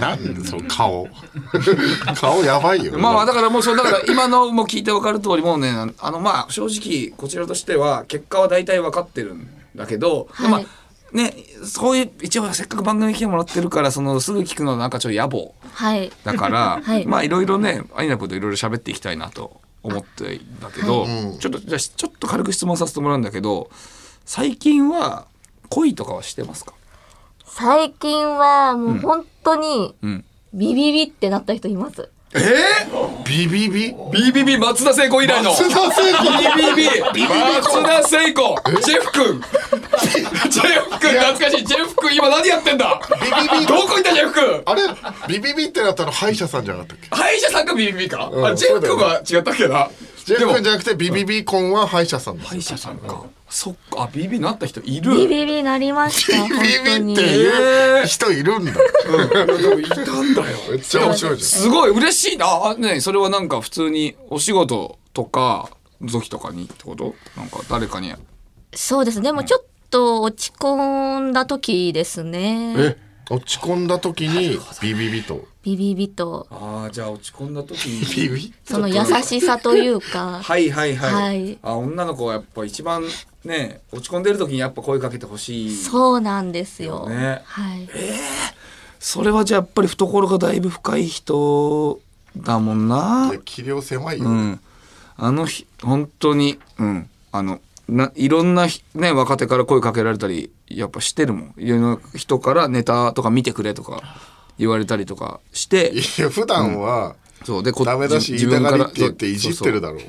S2: あなんでその顔 顔やばいよ
S3: まあまあだからもうそうだから今のも聞いて分かる通りもうねあのまあ正直こちらとしては結果は大体分かってるんだけど、
S8: はい
S3: まあねそういう一応せっかく番組来てもらってるからそのすぐ聞くのなんかちょっと野暮
S8: はい
S3: だから、
S8: はい
S3: まあいろいろねアイナプーといろいろ喋っていきたいなと思っていんだけど、ちょっとじゃあちょっと軽く質問させてもらうんだけど最近は恋とかはしてますか
S8: 最近はもう本当に
S3: ん
S8: ビビビってなった人います、
S3: え
S2: ビビビ
S3: ー、?BBB 松田聖子以来の
S2: 津田聖子
S3: BBB 松田聖子ジェフ君ジェフ君懐かしいジェフ君今何やってんだ
S2: ビビビ
S3: どこ行ったジェフ君
S2: あれビビビってなったの歯医者さんじゃなかったっけ
S3: 歯医者さんが BBB か、
S2: ん
S3: あジェフ君は違ったっけな
S2: ジェフ君
S3: で
S2: じ
S3: も
S2: ゃなくてビビビコンは歯医者さんだ
S3: 歯医者さんかそっかあ BBB なった人いる
S8: ビビビなりました本当
S2: ビビ
S8: に
S2: っていう人いるんだ
S3: うん、いたんだよ。
S2: めっちゃ面白いじ
S3: すごい嬉しいな。あねそれはなんか普通にお仕事とか時とかにってことなんか誰かに
S8: そうですねでもちょっと落ち込んだ時ですね
S2: え落ち込んだ時にビビビと
S8: ビビビと
S3: ああじゃあ落ち込んだ時 に
S2: ビビ
S8: その優しさというか
S3: はいはいはい、
S8: はい
S3: あ女の子はやっぱ一番ね落ち込んでる時にやっぱ声かけてほしい
S8: そうなんですよ、
S3: ね
S8: はい
S3: それはじゃあやっぱり懐がだいぶ深い人だもんな
S2: 気量狭いよ、
S3: うんあの日本当にうんあのないろんなひね若手から声かけられたりやっぱしてるもんいろんな人からネタとか見てくれとか言われたりとかして
S2: いや普段は、
S3: そうでこ
S2: ダメだし言いたがりって言っていじってるだろう
S3: そう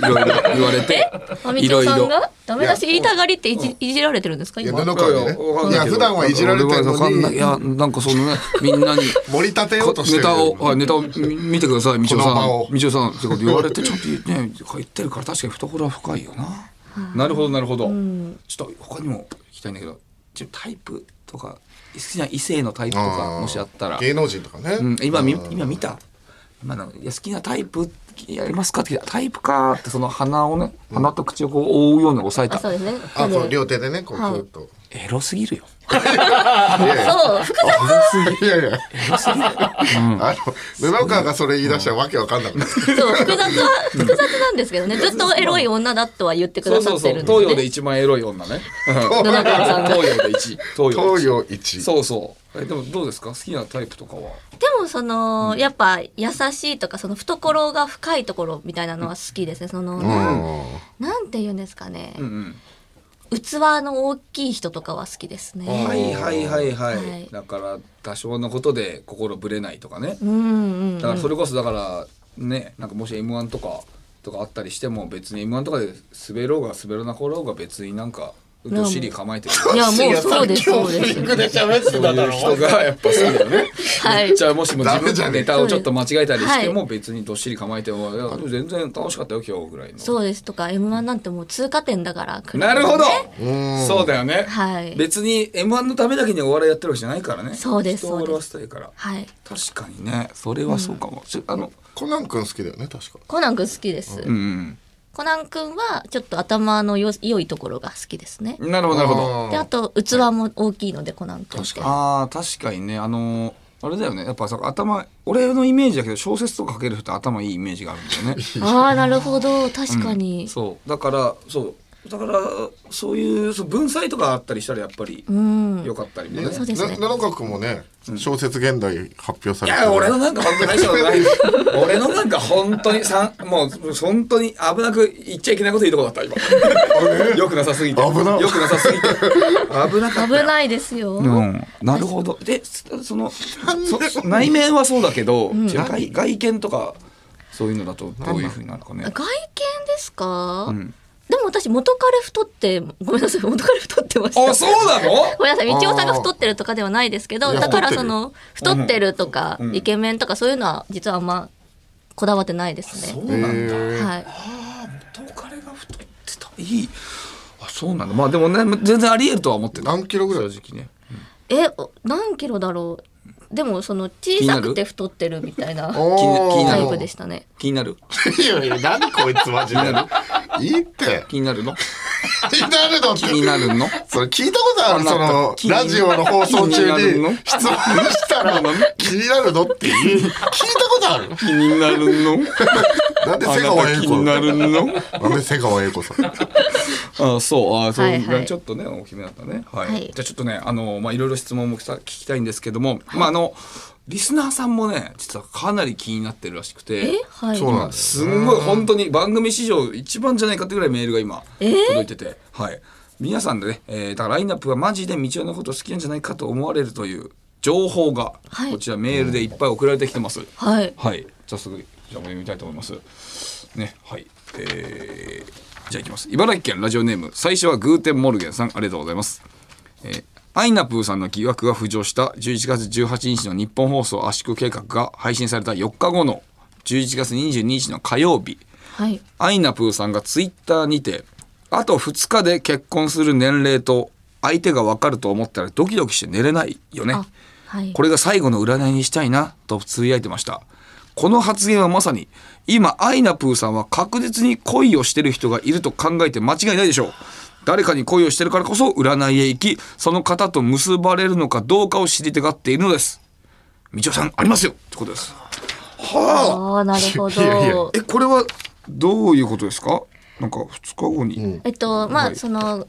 S3: そういろいろ言われ て
S8: まみ
S3: い
S8: ちょ
S3: ろい
S8: さん
S3: ろ
S8: がダメ出し言いたがりっていじいじられてるんですか
S2: いや
S8: 今
S2: 布川にね
S3: わか
S2: い
S3: んな
S2: や
S3: けど
S2: 普段はいじられてる
S3: 俺はわか
S2: の
S3: んない
S2: に
S3: いやなんかそのねみんなに
S2: 盛り立てようとして
S3: ネ
S2: る
S3: タを、はいネタを見見てください、みちお
S2: この場
S3: さ
S2: を
S3: ん。みちおさんってこと言われて、ちょっとね、言ってるから、確かに懐は深いよな。なるほど、なるほど。ちょっと他にも聞きたいんだけど、ちょっとタイプとか、好きな異性のタイプとか、もしあったら。
S2: 芸能人とかね、
S3: うん、今見、今見た。今なんかいや好きなタイプやりますかって聞いたタイプかーってその鼻をね鼻と口をこう覆うように押さえ
S8: あ
S3: た
S8: そうですね
S2: あこう
S8: で
S2: 両手でねこうずっと、
S3: エロすぎるよ
S8: そう複雑
S2: い、やいやあの布川がそれ言い出したらわけわかんなくなる
S8: そう複雑は複雑なんですけどねずっとエロい女だとは言ってくださってるんで、ね、
S9: 東洋で一番エロい女ね
S8: 野中さんが
S9: 東洋で一位東洋
S2: 東
S9: で
S2: 洋
S9: 一位
S2: 一
S9: そうそうえでもどうですか好きなタイプとかは
S8: でもその、やっぱ優しいとかその懐が深いところみたいなのは好きですねその、なんて言うんですかね、器の大きい人とかは好きですね
S9: はいはいはいはい、
S8: はい
S9: だから多少のことで心ぶれないとかね
S8: うんうん
S9: だからそれこそだからねなんかもし m 1とかとかあったりしても別に m 1とかで滑ろうが滑らなころうが別になんかどっしり構えてる
S8: いやもうそうですそうです
S9: そういう人がやっぱ好きだよね。
S8: はい
S9: じゃあもしも自
S2: ダメ
S9: 分
S2: じゃ
S9: の
S2: ねえ
S9: ネタをちょっと間違えたりして
S8: は
S9: も別にどっしり構えてもいや全然楽しかったよ今日ぐらいの。
S8: そうですとか m 1なんてもう通過点だから
S9: なるほど
S2: ん
S9: そうだよね。
S8: はい
S9: 別に M1 のためだけにお笑いやってるわけじゃないからね。
S8: そうです
S9: 人を笑わせたいから。
S8: はい
S3: 確かにねそれはそうかも、ちょあの
S2: コナン君好きだよね確か
S8: コナン君好きです、
S3: うん
S8: コナン君はちょっと頭のよ良いところが好きですね、
S3: なるほどなるほど
S8: であと器も大きいのでコナン君って
S3: あー確かにねあのーあれだよねやっぱさ頭俺のイメージだけど小説とか書ける人って頭いいイメージがあるんだよね
S8: ああなるほど確かに、
S3: そうだからそうだからそういうそう文才とかあったりしたらやっぱり
S8: うん
S3: 良かったりもね、
S2: ね
S8: そうですね
S2: な布川君もね小説現代発表さ
S9: い
S2: れて
S9: や俺のなんか本当大したことない俺のなんか本当にさんもう本当に危なく言っちゃいけないこといいとこだった今よくなさすぎて
S2: 危な
S9: よくなさすぎて危なかっ
S8: 危
S9: たよ
S8: ないですよ、
S3: うん、なるほどでそそのそ内面はそうだけど、外外見とかそういうのだとどういうふうになるかね
S8: 外見ですか、
S3: ん
S8: でも私元彼太ってごめんなさい元彼太ってました
S9: あそうなの
S8: ごめんなさい道夫さんが太ってるとかではないですけど
S2: いや
S8: だから
S2: 太って
S8: そ
S2: る
S8: の太ってるとか、イケメンとかそういうのは実はあんまこだわってないですね、はい、
S3: 元彼が太ってたいいあそうなんだまあでもね全然ありえるとは思ってた
S2: 何キロぐらい
S3: 正直ね
S8: えお何キロだろうでもその小さくて太ってるみたいな
S2: おー
S3: 気にな
S8: タ
S3: る
S8: イプでしたね
S3: 気になる
S2: いやいや何こいつマジでいいって
S3: 気になるの
S2: 気になるのって
S3: 気になるの
S2: それ聞いたことある
S3: あ
S2: そ
S3: な
S2: の
S3: た気に
S2: ラジオの放送中
S3: 気になる
S2: に
S3: の
S2: 質問したら気になるのっていう聞いたことある
S3: 気になるの
S2: なんで
S3: あ
S2: 瀬
S3: な
S2: 川栄
S3: た気
S2: 子
S3: になるの
S2: なんで瀬川栄子さん
S3: あそうあそう、
S8: はいはい
S3: ちょっとね大きめだったねはい、
S8: はい
S3: じゃあちょっとねあのまあいろいろ質問もきた聞きたいんですけども、まああのリスナーさんもね実はかなり気になってるらしく
S8: え
S3: て
S8: はい
S2: そうなんです
S3: すんごい本当に番組史上一番じゃないかってぐらいメールが今届いてて、はい皆さんでね、えーだからラインナップはマジで道夫のこと好きなんじゃないかと思われるという情報が
S8: はい
S3: こちらメールでいっぱい送られてきてます、
S8: はい
S3: はい、早速じゃあ読みたいと思います。ね、はい、えーじゃあいきます。茨城県ラジオネーム最初はグーテンモルゲンさんありがとうございます。えーアイナプーさんの疑惑が浮上した11月18日の日本放送圧縮計画が配信された4日後の11月22日の火曜日、
S8: はい
S3: アイナプーさんがツイッターにて、あと2日で結婚する年齢と相手が分かると思ったらドキドキして寝れないよね。
S8: あはい
S3: これが最後の占いにしたいなとつぶやいてました。この発言はまさに今アイナプーさんは確実に恋をしてる人がいると考えて間違いないでしょう誰かに恋をしてるからこそ占いへ行きその方と結ばれるのかどうかを知りたがっているのです道夫さんありますよってことですはあ
S8: ああ、なるほど。
S2: いやいや
S3: えこれはどういうことですかなんか2日後に、
S8: えっと、まあ、
S3: はい
S8: その、
S3: はい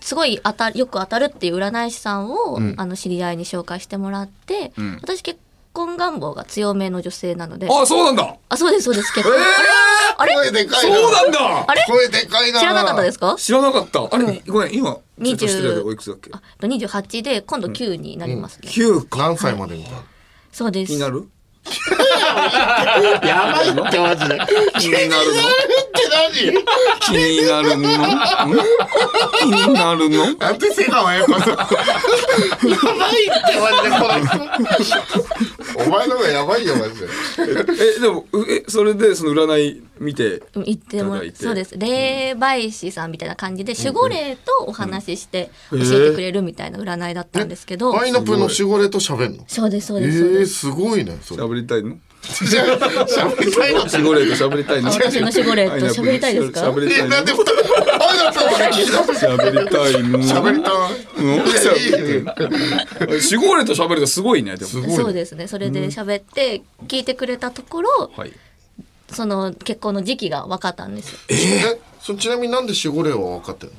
S8: すごい当たよく当たるっていう占い師さんを、あの知り合いに紹介してもらって、私結婚願望が強めの女性なの で
S3: あそうなんだ
S8: あそうですそうです結
S3: え
S8: 婚、あれ
S2: 声でかいな
S3: そうなんだ
S8: あれ
S2: 声でかいな
S8: 知らなかったですか
S3: 知らなかったあれ、ごめん今
S8: 20
S3: ツイートしてるけどおいくつだっけ
S8: あと28で今度9になりますね、
S3: 9か
S2: 何歳までみたいな
S8: そうです
S3: 気になる
S2: やばいってマジで
S3: 気になるの
S2: って何
S3: 気になるのん気になるの
S2: なんて瀬川やっぱさやばいってマジでこの人お前の方がやばいよマジで
S3: えでもうえそれでその占い見て
S8: うん言ってもら
S3: いただいて
S8: そうです霊媒師さんみたいな感じで守護霊とお話しして教えてくれるみたいな占いだったんですけど、
S2: パイナップルの守護霊と喋んの
S8: そうですそう
S2: え
S8: ですそう
S2: ー、
S8: です、
S2: すごいねそれ
S3: 喋りたいの
S2: 喋りたいのって
S3: 守護霊と喋りたいの
S8: あ私の守護霊と喋りたいですか
S3: 喋りたいの
S2: なんで二人パイナップルから聞いた
S3: 喋りたいの
S2: 喋りた
S3: うん
S2: いいやいいよ
S3: 守護霊と喋るとすごいねでも
S2: ごいね
S8: そうですねそれで喋って聞いてくれたところ、
S3: はい
S8: その結婚の時期が分かったんですい
S2: えそちなみになんで守護霊は分かってるの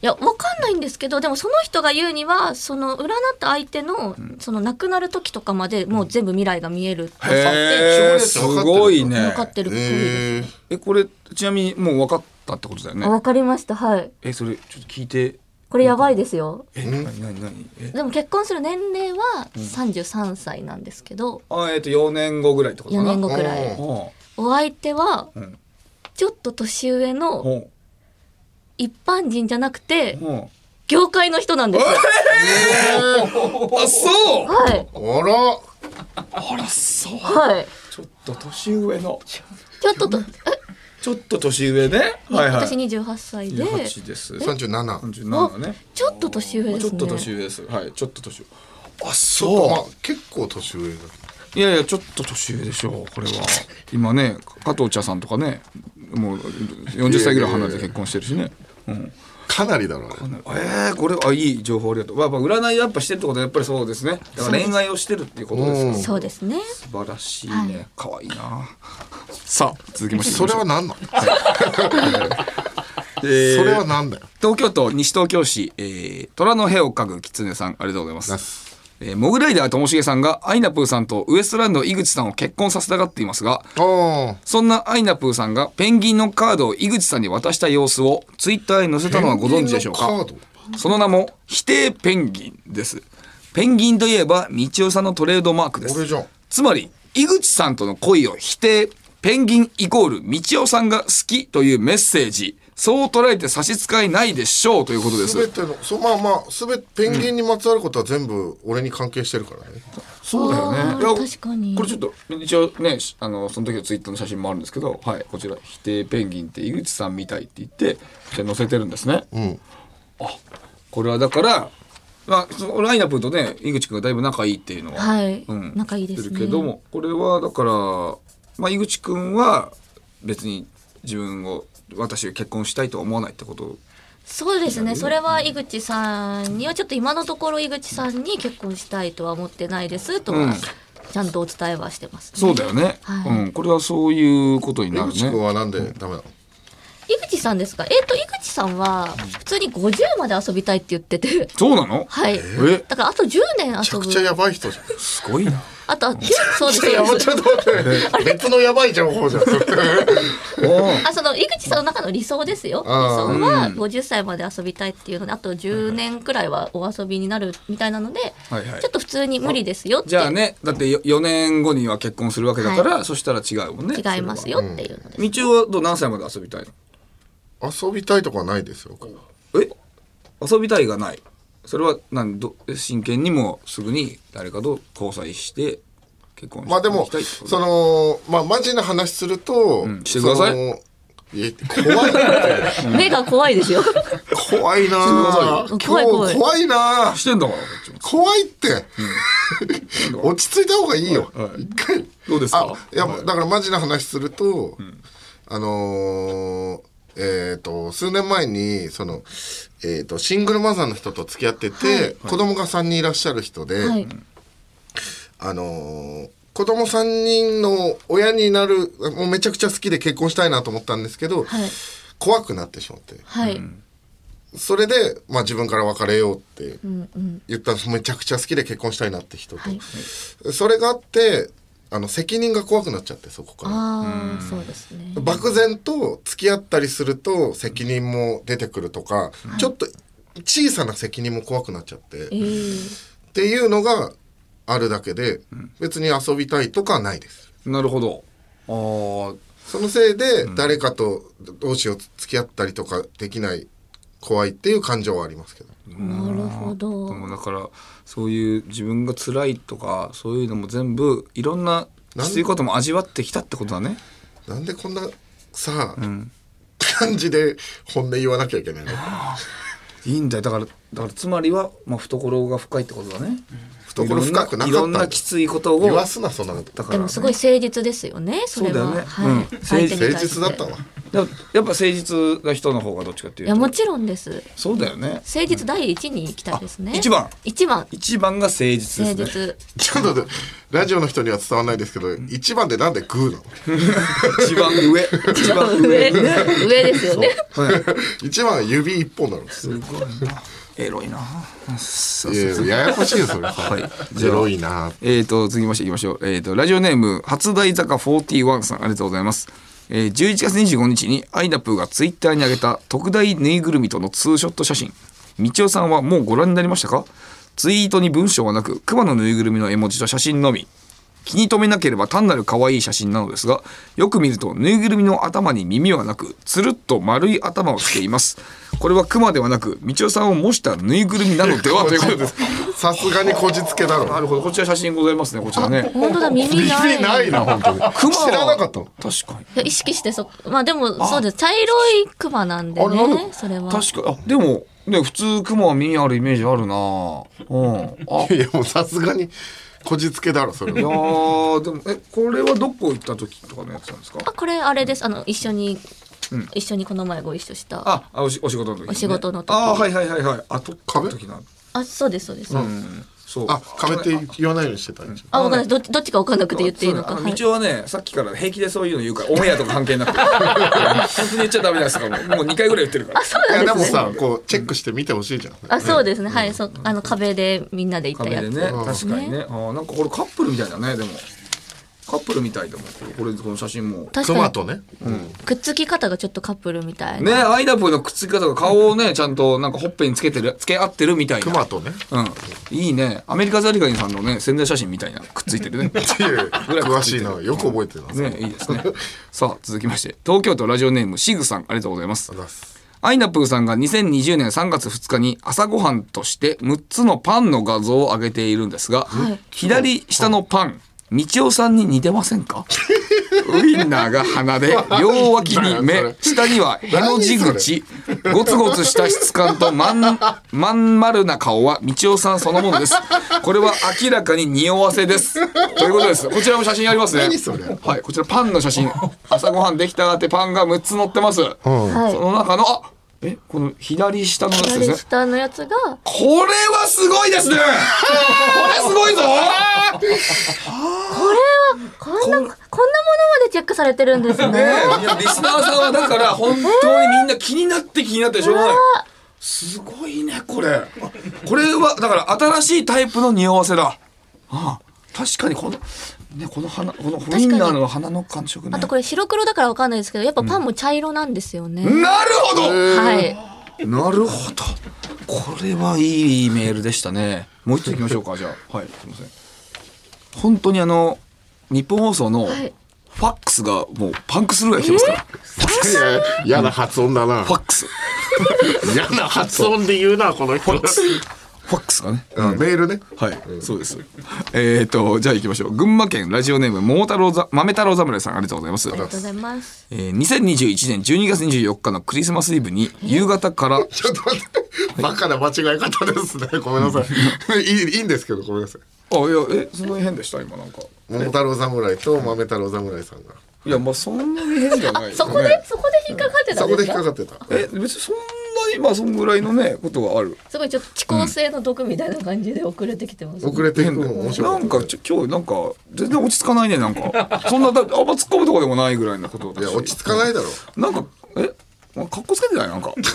S8: や分かんないんですけどでもその人が言うにはその占った相手のその亡くなる時とかまでもう全部未来が見えるとさって
S3: へえすごいね
S8: 分かってるっぽいです、
S2: えー、
S3: えこれちなみにもう分かったってことだよ
S8: あ
S3: ね
S8: 分かりましたはい
S3: えそれちょっと聞いて
S8: これやばいですよ
S3: え何何何え
S8: でも結婚する年齢は33歳なんですけど
S3: あえっと4年後ぐらいってこと
S8: 4
S3: かな
S8: 年後くら
S2: う
S8: い
S2: ん
S3: 後
S8: お相手は
S3: ん
S8: ちょっと年上の
S3: ほ
S8: 一般人じゃなくて
S3: うほ
S8: 業界の人なんですよ
S3: うあそう
S8: はい
S2: あら
S8: はい
S3: ちょっと年上の
S8: ちょっととえ
S3: ちょっと年上で、はいはい。
S8: 私28歳で
S3: 八です。三
S2: 37
S3: 十七ね。
S8: ちょっと年上です
S3: ちょ
S8: ね
S3: っと年上です。はい、ちょっと年上。あ、
S2: まあ
S3: そ
S2: 結構年上だ
S3: う。いやいや、ちょっと年上でしょう。これは。今ね、加藤茶さんとかね、もう四十歳ぐらい離れて結婚してるしね。うん、
S2: かなりだろうね
S3: えー、これあいい情報ありがとう。まあ、まあ占いやっぱしてるってことはやっぱりそうですね。だから恋愛をしてるっていうことですから。
S8: そうですね
S3: 素晴らしいね。可愛いな。さあ続きまして
S2: それは何なの
S3: えー
S2: それは何だよ
S3: 東京都西東京市、えー虎の屁を嗅ぐ狐さんありがとうございます。えーモグライダーともしげさんがアイナプーさんとウエストランド井口さんを結婚させたがっていますが
S2: あ
S3: そんなアイナプーさんがペンギンのカードを井口さんに渡した様子をツイッターに載せたのはご存知でしょう
S2: ペンギンの
S3: か
S2: カー
S3: その名も否定ペンギンですペンギンといえば道夫さんのトレードマークで
S2: 俺
S3: す
S2: じゃん
S3: つまり井口さんとの恋を否定ペンギンイコール道夫さんが好きというメッセージそう捉えて差し支えないでしょうということです
S2: すべてのそうまあまあすべペンギンにまつわることは全部俺に関係してるからね
S3: そうだよね
S8: あー
S3: いや
S8: 確かに
S3: これちょっと一応ねしあのその時のツイッターの写真もあるんですけどはいこちら「否定ペンギンって井口さんみたい」って言ってこちら載せてるんですね、あこれはだからまあそのラインナップとね井口くんがだいぶ仲いいっていうのは、
S8: はい、
S3: うん
S8: 仲いいで
S3: 言っ
S8: す
S3: てる
S8: ね
S3: けどもこれはだから、まあ、井口くんは別に自分を私が結婚したいとは思わないってこと
S8: そうですねそれは井口さんにはちょっと今のところ井口さんに結婚したいとは思ってないですとは、
S3: うん
S8: ちゃんとお伝えはしてます、
S3: そうだよね、
S8: はい
S3: うん、これはそういうことに
S2: 江
S3: なる
S2: 口
S3: ね
S2: 君はなんでダメなの
S8: 井口さんですかえっ、と井口さんは普通に50まで遊びたいって言ってて
S3: そうなの
S8: はい
S3: え
S8: だからあと10
S2: め
S8: 年
S2: ちゃ
S8: 遊
S2: くちゃ
S8: ぶ
S2: やばい人じゃん
S3: すごいな
S8: あとはそうですそうです
S2: ちょっと待って別のやばい情報じゃん
S3: おー
S8: あその井口さんの中の理想ですよ理想
S2: あー
S8: は50歳まで遊びたいっていうのであと10年くらいはお遊びになるみたいなので、
S3: はいはい
S8: ちょっと普通に無理ですよって
S3: じゃあねだってよ4年後には結婚するわけだから、そしたら違うもんね
S8: 違いますよっていうので、
S3: それは道夫はどう何歳まで遊びたい
S2: 遊びたいとかはないですよ
S3: のえ遊びたいがないそれは何ど真剣にもうすぐに誰かと交際して結婚して
S2: まあで
S3: い
S2: も
S3: きたいってこと
S2: そのまあマジな話すると、
S3: んしてください
S2: そのいや怖いって
S8: 目が怖いですよ
S2: 怖いなあ今
S8: う
S2: 日
S8: 怖い怖い
S2: 怖いなあ
S9: してんだからこっちも
S2: 怖いって、 落ち着いた方がいいよ、
S9: はい
S2: 一回
S9: どうですか
S2: あいや、
S9: はい
S2: だからマジな話すると、あのーえっ、と数年前にその、えー、とシングルマザーの人と付き合ってて、子供が3人いらっしゃる人で、
S8: はい。
S2: あのー子供3人の親になるもうめちゃくちゃ好きで結婚したいなと思ったんですけど、
S8: はい
S2: 怖くなってしまって
S8: はい。
S2: それで、まあ、自分から別れようって
S8: うんうん。
S2: 言ったらめちゃくちゃ好きで結婚したいなって人と、
S8: はい。
S2: それがあってあの責任が怖くなっちゃってそこから。
S8: ああ、そうですね。
S2: 漠然と付き合ったりすると責任も出てくるとか、ちょっと小さな責任も怖くなっちゃって、
S8: え
S2: っ
S8: え。
S2: ていうのがあるだけで、別に遊びたいとかはないです。
S9: なるほどあ
S2: そのせいで誰かとどうしよう付き合ったりとかできない怖いっていう感情はありますけど。
S8: なるほ
S9: あ
S8: ど
S9: で。もだからそういう自分が辛いとかそういうのも全部いろんなきついことも味わってきたってことだね
S2: なんでこんなさ、感じで本音言わなきゃいけないの
S9: いいんだよだからだからつまりは、まあ、懐が深いってことだね
S2: 懐深くなかったんだ
S9: いろんないろんなきついことを
S2: 言わすなそんなこと
S9: だからね、
S8: でもすごい誠実ですよね。それ
S9: そう
S8: は。
S9: だよね
S8: はい
S9: うん
S8: 相手
S2: 誠
S8: に対して
S2: 実だったわ。
S9: やっぱ誠実な人の方がどっちかってい
S8: いう
S9: と
S8: やもちろんです。
S9: そうだよね
S8: 誠実第一に行きたいですね。
S9: あ一番
S8: 一番。
S9: 一番が誠実
S8: 誠
S9: ですね
S8: 実。
S2: ちょっと待ってラジオの人には伝わらないですけど、一番でなんでグーなの
S9: 一番上 一番
S8: 上
S9: 上
S8: 上ですよね。
S2: 一番は指一本なの
S9: すごいなエロいなそう
S2: い
S9: そう
S2: やいやややこしいよそれさ、はい、ゼロいな
S3: えー、と、続きましていきましょう。えー、と、ラジオネーム、初台坂41さん、ありがとうございます。えー、11月25日に、アイナプーがツイッターに上げた特大ぬいぐるみとのツーショット写真。みちおさんはもうご覧になりましたかツイートに文章はなく、熊のぬいぐるみの絵文字と写真のみ。気に留めなければ単なる可愛い写真なのですがよく見るとぬいぐるみの頭に耳はなくつるっと丸い頭をしていますこれはクマではなく道夫さんを模したぬいぐるみなのではということです
S2: さすがにこじつけだろ
S3: なるほどこちら写真ございますねこちらね
S8: 本当だ
S2: 意
S8: 耳ない。
S2: 味ないな本当 に
S3: クマは
S2: 知らなかったの
S3: 確かに
S8: いや意識してそまあでもそうです茶色いクマなんで
S3: あれなん
S8: ね
S3: だ
S8: それは。
S3: 確かにあでもね普通クマは耳あるイメージあるなうんあ
S2: いやもうさすがにこじつけだろそれ
S3: いや
S2: は
S3: ーでもえこれはどこ行った時とかのやつなんですか
S8: あこれあれですあの一緒に一緒にこの前ご一緒した。
S3: ああおしお仕事の時、ね、
S8: お仕事の時
S3: あーはいはいはいはいあと
S2: 壁
S3: 時な
S8: あそうですそうです。
S3: うんそう
S2: あ壁って言わないようにしてたんじ
S8: あわかんないどっちどっちかわかんなくて言っていいのか。
S3: そうだあ
S8: はい
S3: 道夫はねさっきから平気でそういうの言うからオンエアとか関係なく本当に言っちゃダメですからもうもう2回ぐらい言ってるから
S2: ゃんいやでもさこうチェックして見てほしいじゃん
S8: あそうですね、はいそうあの壁でみんなで行った
S3: 壁
S8: や
S3: で
S8: つ、
S3: ね確かにねあーなんかこれカップルみたいだねでもカップルみたいでもこれこの写真も
S8: 確
S2: クマ
S8: か
S2: とね
S8: にくっつき方がちょっとカップルみたいな、
S3: ねアイダップのくっつき方が顔をねちゃんとなんかほっぺにつけてるつけ合ってるみたい
S2: ク
S3: な
S2: マとね
S3: うんいいねアメリカザリガニさんのね宣伝写真みたいなくっついてるね
S2: いやいや詳しいなよく覚えてるな
S3: ねいいですねさあ続きまして東京都ラジオネームシグさんありがとうございます
S2: あざっす
S3: アイナプーさんが2020年3月2日に朝ごはんとして6つのパンの画像を上げているんですが、左下のパン、道夫さんに似てませんか ウインナーが 鼻で、両脇に
S2: 何だ
S3: 目
S2: よ、
S3: 下にはへの字口、ゴツゴツした質感とまん、まん丸な顔は道夫さんそのものです。これは明らかに匂わせです。ということです。こちらも写真ありますね。
S2: 何それ
S3: はい、こちらパンの 写真。朝ごはんできたってパンが6つ載ってます。
S8: はい
S3: その中の、あえ、この左下のやつです
S8: 左
S3: ね。
S8: 下のやつが
S3: これはすごいですねこれすご いぞ
S8: こんなこんなものまでチェックされてるんですね
S3: ねえいやリスナーさんはだから本当にみんな気になって気になってしょうがない。すごいねこれ。あこれはだから新しいタイプの匂わせだ。ああ確かにこの、ね、この花このウインナーの花の感触ね。
S8: あとこれ白黒だからわかんないですけどやっぱパンも茶色なんですよね、
S3: なるほど
S8: はい
S3: なるほど。これはいいメールでしたね。もう一つ行きましょうか、じゃあ。 はい、すみません。本当にあの、日本放送のフ
S8: い
S3: ァックスがもうパンクするぐらい来てますか
S2: い
S3: ら。
S2: やいや嫌な発音だな
S3: ファックス。
S2: 嫌な発音で言うなこの人
S3: ファックス。フファックスがね。
S2: うんメールね
S3: はい、そうです。えっ、と、じゃあ行きましょう。群馬県ラジオネーム、桃太郎ざ、豆太郎侍さん、ありがとうございます。
S8: ありがとうございます。
S3: えー、2021年12月24日のクリスマスイブに、夕方から、
S2: ちょっと待ってバカな間違え方ですねごめんなさいいいいいんですけどごめんなさい
S3: あ、いや、え、そんなに変でした今なんか。
S2: 桃太郎侍と豆太郎侍さんが
S3: いや、まあそんなに変じゃない、ね。
S8: そこで、そこで引っかかってた
S2: そ
S8: んで
S2: こ
S8: す
S2: で
S8: か
S2: 引っかかってた
S3: え、別にそんなに、まあそんぐらいのね、ことはある。
S8: すごいちょっと遅効性の毒みたいな感じで遅れてきてます、
S2: 遅れてるのも面白か
S3: な
S2: った
S3: んかちょ今日なんか全然落ち着かないねなん かそんなだあんま突っ込むとこでもないぐらいのことだ
S2: い
S3: し
S2: や落ち着かないだろ
S3: なんかえなんか格好つけてないなん かまあ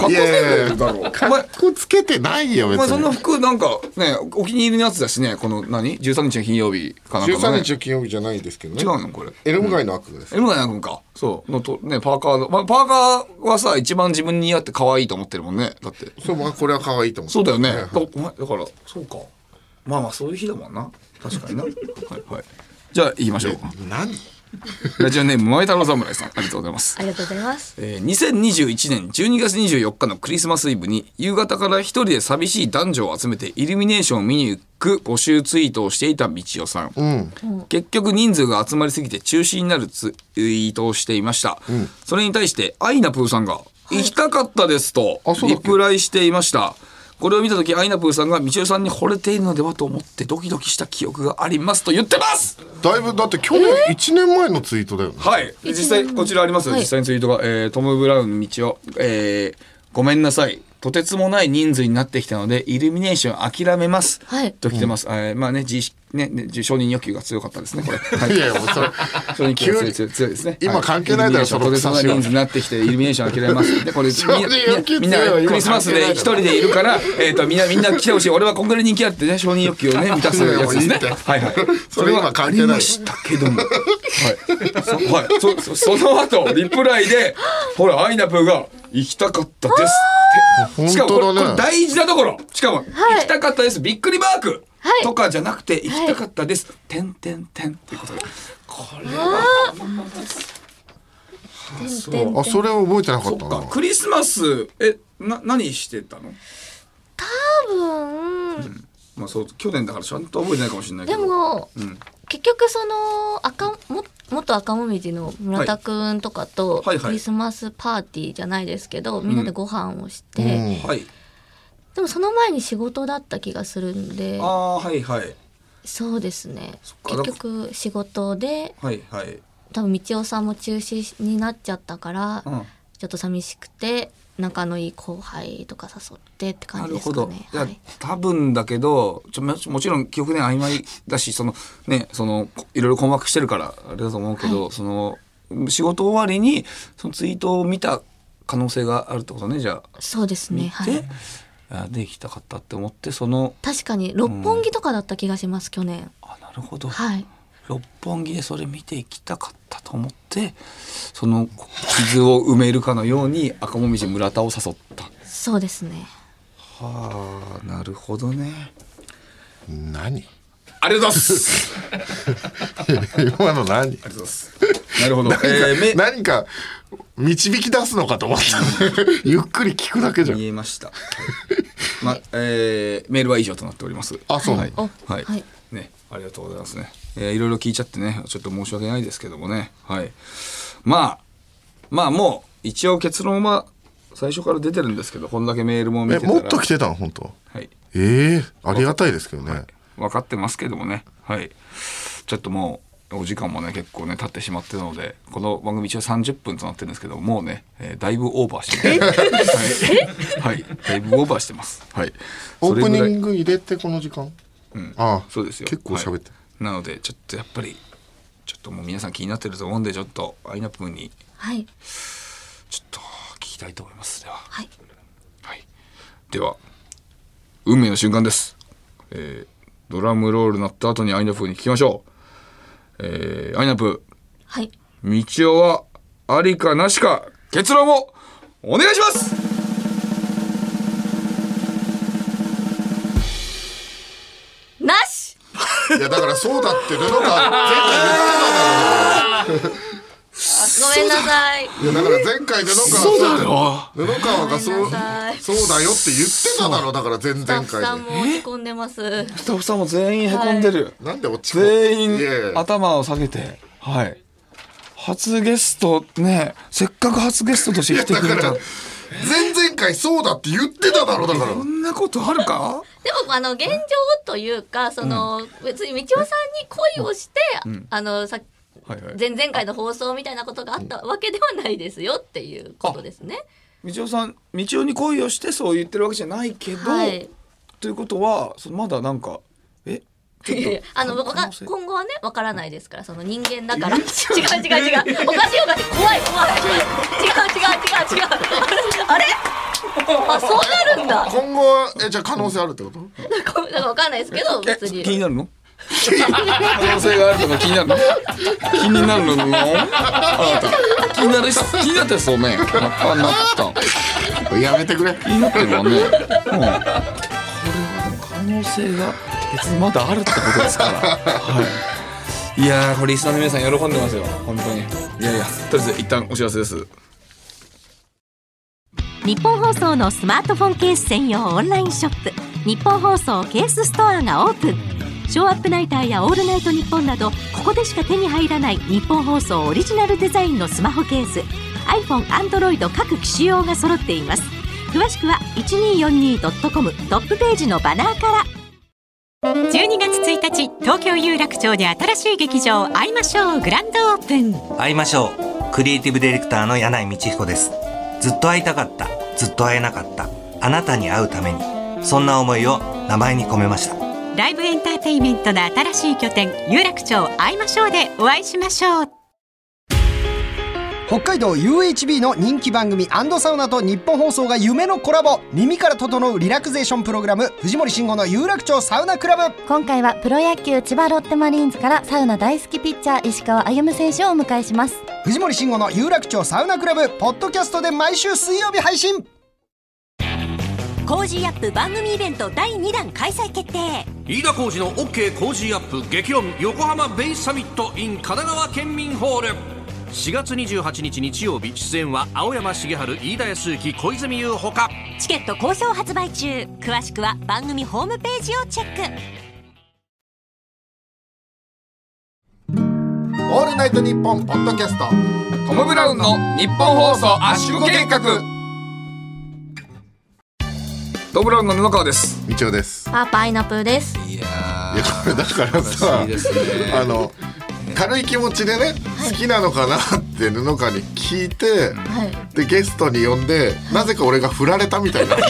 S3: 格好つけてるだろうお前
S2: こうつけてないよ
S3: お
S2: 別
S3: 前そんな
S2: に
S3: 服なんかねお気に入りのやつだしねこの何13日の金曜日かなんかの、
S2: 13
S3: ね、
S2: 日の金曜日じゃないですけどね
S3: 違うのこれ
S2: エルム街の悪夢です
S3: エルガヤ君かそうのとねパーカーの、まあ、パーカーはさ一番自分に似合って可愛いと思ってるもんねだって
S2: そうまあこれは可愛いと思う
S3: そうだよねだお前だからそうかまあまあそういう日だもんな確かにな はいはいじゃあ行きましょう
S2: 何
S3: ラジオネーム、まめ太郎侍さん、ありがとうございます。
S8: ありがとうございます。
S3: えー、2021年12月24日のクリスマスイブに、夕方から一人で寂しい男女を集めてイルミネーションを見に行く募集ツイートをしていた道夫さん。結局人数が集まりすぎて中止になるツイートをしていました。それに対して、アイナプーさんが、行きたかったですと
S2: あそうだ
S3: リ
S2: っけ
S3: プライしていました。これを見た時アイナプーさんが道夫さんに惚れているのではと思ってドキドキした記憶がありますと言ってます
S2: だいぶだって去年1年前のツイートだよね
S3: はい。実際、こちらありますよ。
S8: はい
S3: 実際のツイートが、えートム・ブラウンの道を、えーごめんなさい。とてつもない人数になってきたので、イルミネーション諦めます。
S8: はい
S3: と来てます。えーまあね、自ね、ね自承認欲求が強かったですね、 これ。はい
S2: いやいやもうそれ
S3: 承認欲求が強い強い強いですね。
S2: 今
S3: はい
S2: 関係ないだろ
S3: イルミネーション
S2: その
S3: とてつもない人数になってきて、イルミネーション諦めます。で、これ、みんな
S2: 承認欲求強い
S3: みんな
S2: は今
S3: クリスマスで一人でいるから、えっと、みんな、みんな来てほしい。俺はこんぐらい人気あってね、承認欲求をね、満たすやつですね。
S2: いやいやもういいって
S3: はいはい。
S2: それ今関係ない
S3: ありましたけども。はい。そ,、はい、そ そその後リプライでほらアイナプーが行きたかったですって。しかもこれ
S2: 本当だね
S3: これ大事なところ。しかも、行きたかったですびっくりマーク。
S6: はい
S3: とかじゃなくて行きたかったです。てんてんてんっていうことで。これは
S2: あそれは覚えてなか
S3: そ
S2: っ
S3: ったか
S2: な
S3: クリスマスえな何してたの？
S6: 多分
S3: まあそう去年だからちゃんと覚えてないかもしれないけ
S8: で
S3: ど。
S8: も、
S3: ん
S8: 結局その赤も元赤もみじの村田くんとかと
S3: はいはいはい
S8: クリスマスパーティーじゃないですけど、みんなでご飯をして、
S2: うん
S3: はい。
S8: でもその前に仕事だった気がするんで
S3: ああはいはい
S8: そうですね
S3: っか
S8: 結局仕事で
S3: はいはい。
S8: 多分道夫さんも中止になっちゃったから、
S3: うん
S8: ちょっと寂しくて仲のいい後輩とか誘ってって感
S3: な
S8: じ
S3: る
S8: です
S3: ほ
S8: か
S3: ど。
S8: ね。
S3: いや
S8: はい、
S3: 多分だけどちょもちもちろん記憶ね曖昧だしそのねそのこいろいろ困惑してるからあれだと思うけど、その仕事終わりにそのツイートを見た可能性があるってことねじゃあ。
S8: そうですね。は
S3: で、
S8: い。
S3: あで行きたかったって思ってその
S8: 確かに六本木とかだった気がします、去年。
S3: あなるほど、
S8: はい。
S3: 六本木でそれ見て行きたかったと思ってその傷を埋めるかのように赤もみじ村田を誘った。
S8: そうですね。
S3: はあなるほどね。
S2: 何
S3: ありがとうございます。
S2: 今の何
S3: なるほど。えーめ
S2: 何か導き出すのかと思った ゆっくり聞くだけじゃん
S3: 見えました。ま、えーメールは以上となっております。
S2: あそうな
S3: は
S2: の
S3: い
S8: お。
S3: はい
S8: はい
S3: ね、ありがとうございますね。えーいろいろ聞いちゃってね、ちょっと申し訳ないですけどもね。はい。まあ、まあもう、一応結論は最初から出てるんですけど、こんだけメールも見
S2: え
S3: てたら。
S2: もっと来てたの本当
S3: はい。
S2: ええありがたいですけどね、
S3: 分かってますけどもね。はい。ちょっともう、お時間もね、結構ね、経ってしまってるので、この番組一応30分となってるんですけど、もうね、えーだいぶオーバーしてます。はい。はい。だいぶオーバーしてます。はい。
S2: オープニ
S3: それぐらい
S2: ング入れてこの時間、ああ
S3: そうですよ。
S2: 結構喋って
S3: は、いなので、ちょっとやっぱり、ちょっともう皆さん気になってると思うんで、ちょっとアイナプーに、
S8: はい。
S3: ちょっと聞きたいと思います。では、
S8: はい。
S3: はい。では、運命の瞬間です。えードラムロール鳴った後にアイナプーに聞きましょう。えーアイナプ
S8: はい。
S3: ー、道夫はありかなしか、結論をお願いします
S8: なし。
S2: い、やだからそうだって布川絶対言ってたんだろう
S8: ごめんな
S6: なさい。
S2: いやだから前回布川さん
S3: そうだろ
S2: 布川がそう
S6: ごめんなさい
S2: そうだよって言ってただろだから前
S6: スタッ
S2: 々
S6: フさ
S2: 回
S6: ん
S2: で
S6: も落ち込んでます。
S3: スタッフさんも全員へこんでる、
S2: なんで落ち込む
S3: 全員
S2: いやいや
S3: 頭を下げてはい初ゲストねせっかく初ゲストとして来てく れ
S2: だ
S3: た
S2: から前々回そうだって言ってただろだから
S3: こんなことあるか
S6: でもあの現状というかその、別に道夫さんに恋をして、あのさ
S3: はいはい
S6: 前々回の放送みたいなことがあったわけではないですよっていうことですね。
S3: 道夫さん道夫に恋をしてそう言ってるわけじゃないけど、
S6: はい。
S3: ということはそのまだなんかえちょっと
S6: いやいやあのわ
S3: 可
S6: か
S3: 能性
S6: 今後はねわからないですからその人間だから 違う違う違うおかしいおかしい怖い怖い違う違う違う違うあれ あそうなる んだ
S2: 今後はえじゃあ可能性あるってこと
S6: なん かなんかわかんないですけど別
S3: え気に
S6: に
S3: なるの 可能性があるとか気になるの気になるのあなた気になるし気になってそうねあなった
S2: やめてくれ
S3: 気になってるわね、うん、これはでも可能性が別にまだあるってことですからはいいやーこれリスナーの皆さん喜んでますよ本当にいやいやとりあえず一旦お知らせです
S1: 日本放送のスマートフォンケース専用オンラインショップ日本放送ケースストアがオープンショーアップナイターやオールナイトニッポンなどここでしか手に入らない日本放送オリジナルデザインのスマホケース iPhone、Android 各機種用が揃っています詳しくは 1242.com トップページのバナーから
S8: 12月1日東京有楽町で新しい劇場「会いましょう」グランドオープン
S10: 会いましょうクリエイティブディレクターの柳井道彦ですずっと会いたかったずっと会えなかったあなたに会うためにそんな思いを名前に込めました
S8: ライブエンターテインメントの新しい拠点有楽町会いましょうでお会いしましょう
S11: 北海道 UHB の人気番組サウナと日本放送が夢のコラボ耳から整うリラクゼーションプログラム藤森慎吾の有楽町サウナクラブ
S12: 今回はプロ野球千葉ロッテマリーンズからサウナ大好きピッチャー石川歩夢選手をお迎えします
S11: 藤森慎吾の有楽町サウナクラブポッドキャストで毎週水曜日配信
S1: コージーアップ番組イベント第2弾開催決定
S7: 飯田浩司の OK 工事アップ激論横浜ベイサミット in 神奈川県民ホール4月28日日曜日出演は青山茂春飯田康之小泉優ほか
S1: チケット好評発売中詳しくは番組ホームページをチェック
S2: オールナイトニッポンポッドキャスト
S3: トム・ブラウンの日本放送圧縮計画トム・ブラウンの布川です
S2: みちおです
S6: パーパイナップルです
S3: いや
S2: いやこれだからさ
S3: いいですね
S2: あの軽い気持ちでね好きなのかなって布川に聞いて
S6: はい
S2: でゲストに呼んでなぜか俺が振られたみたい などうい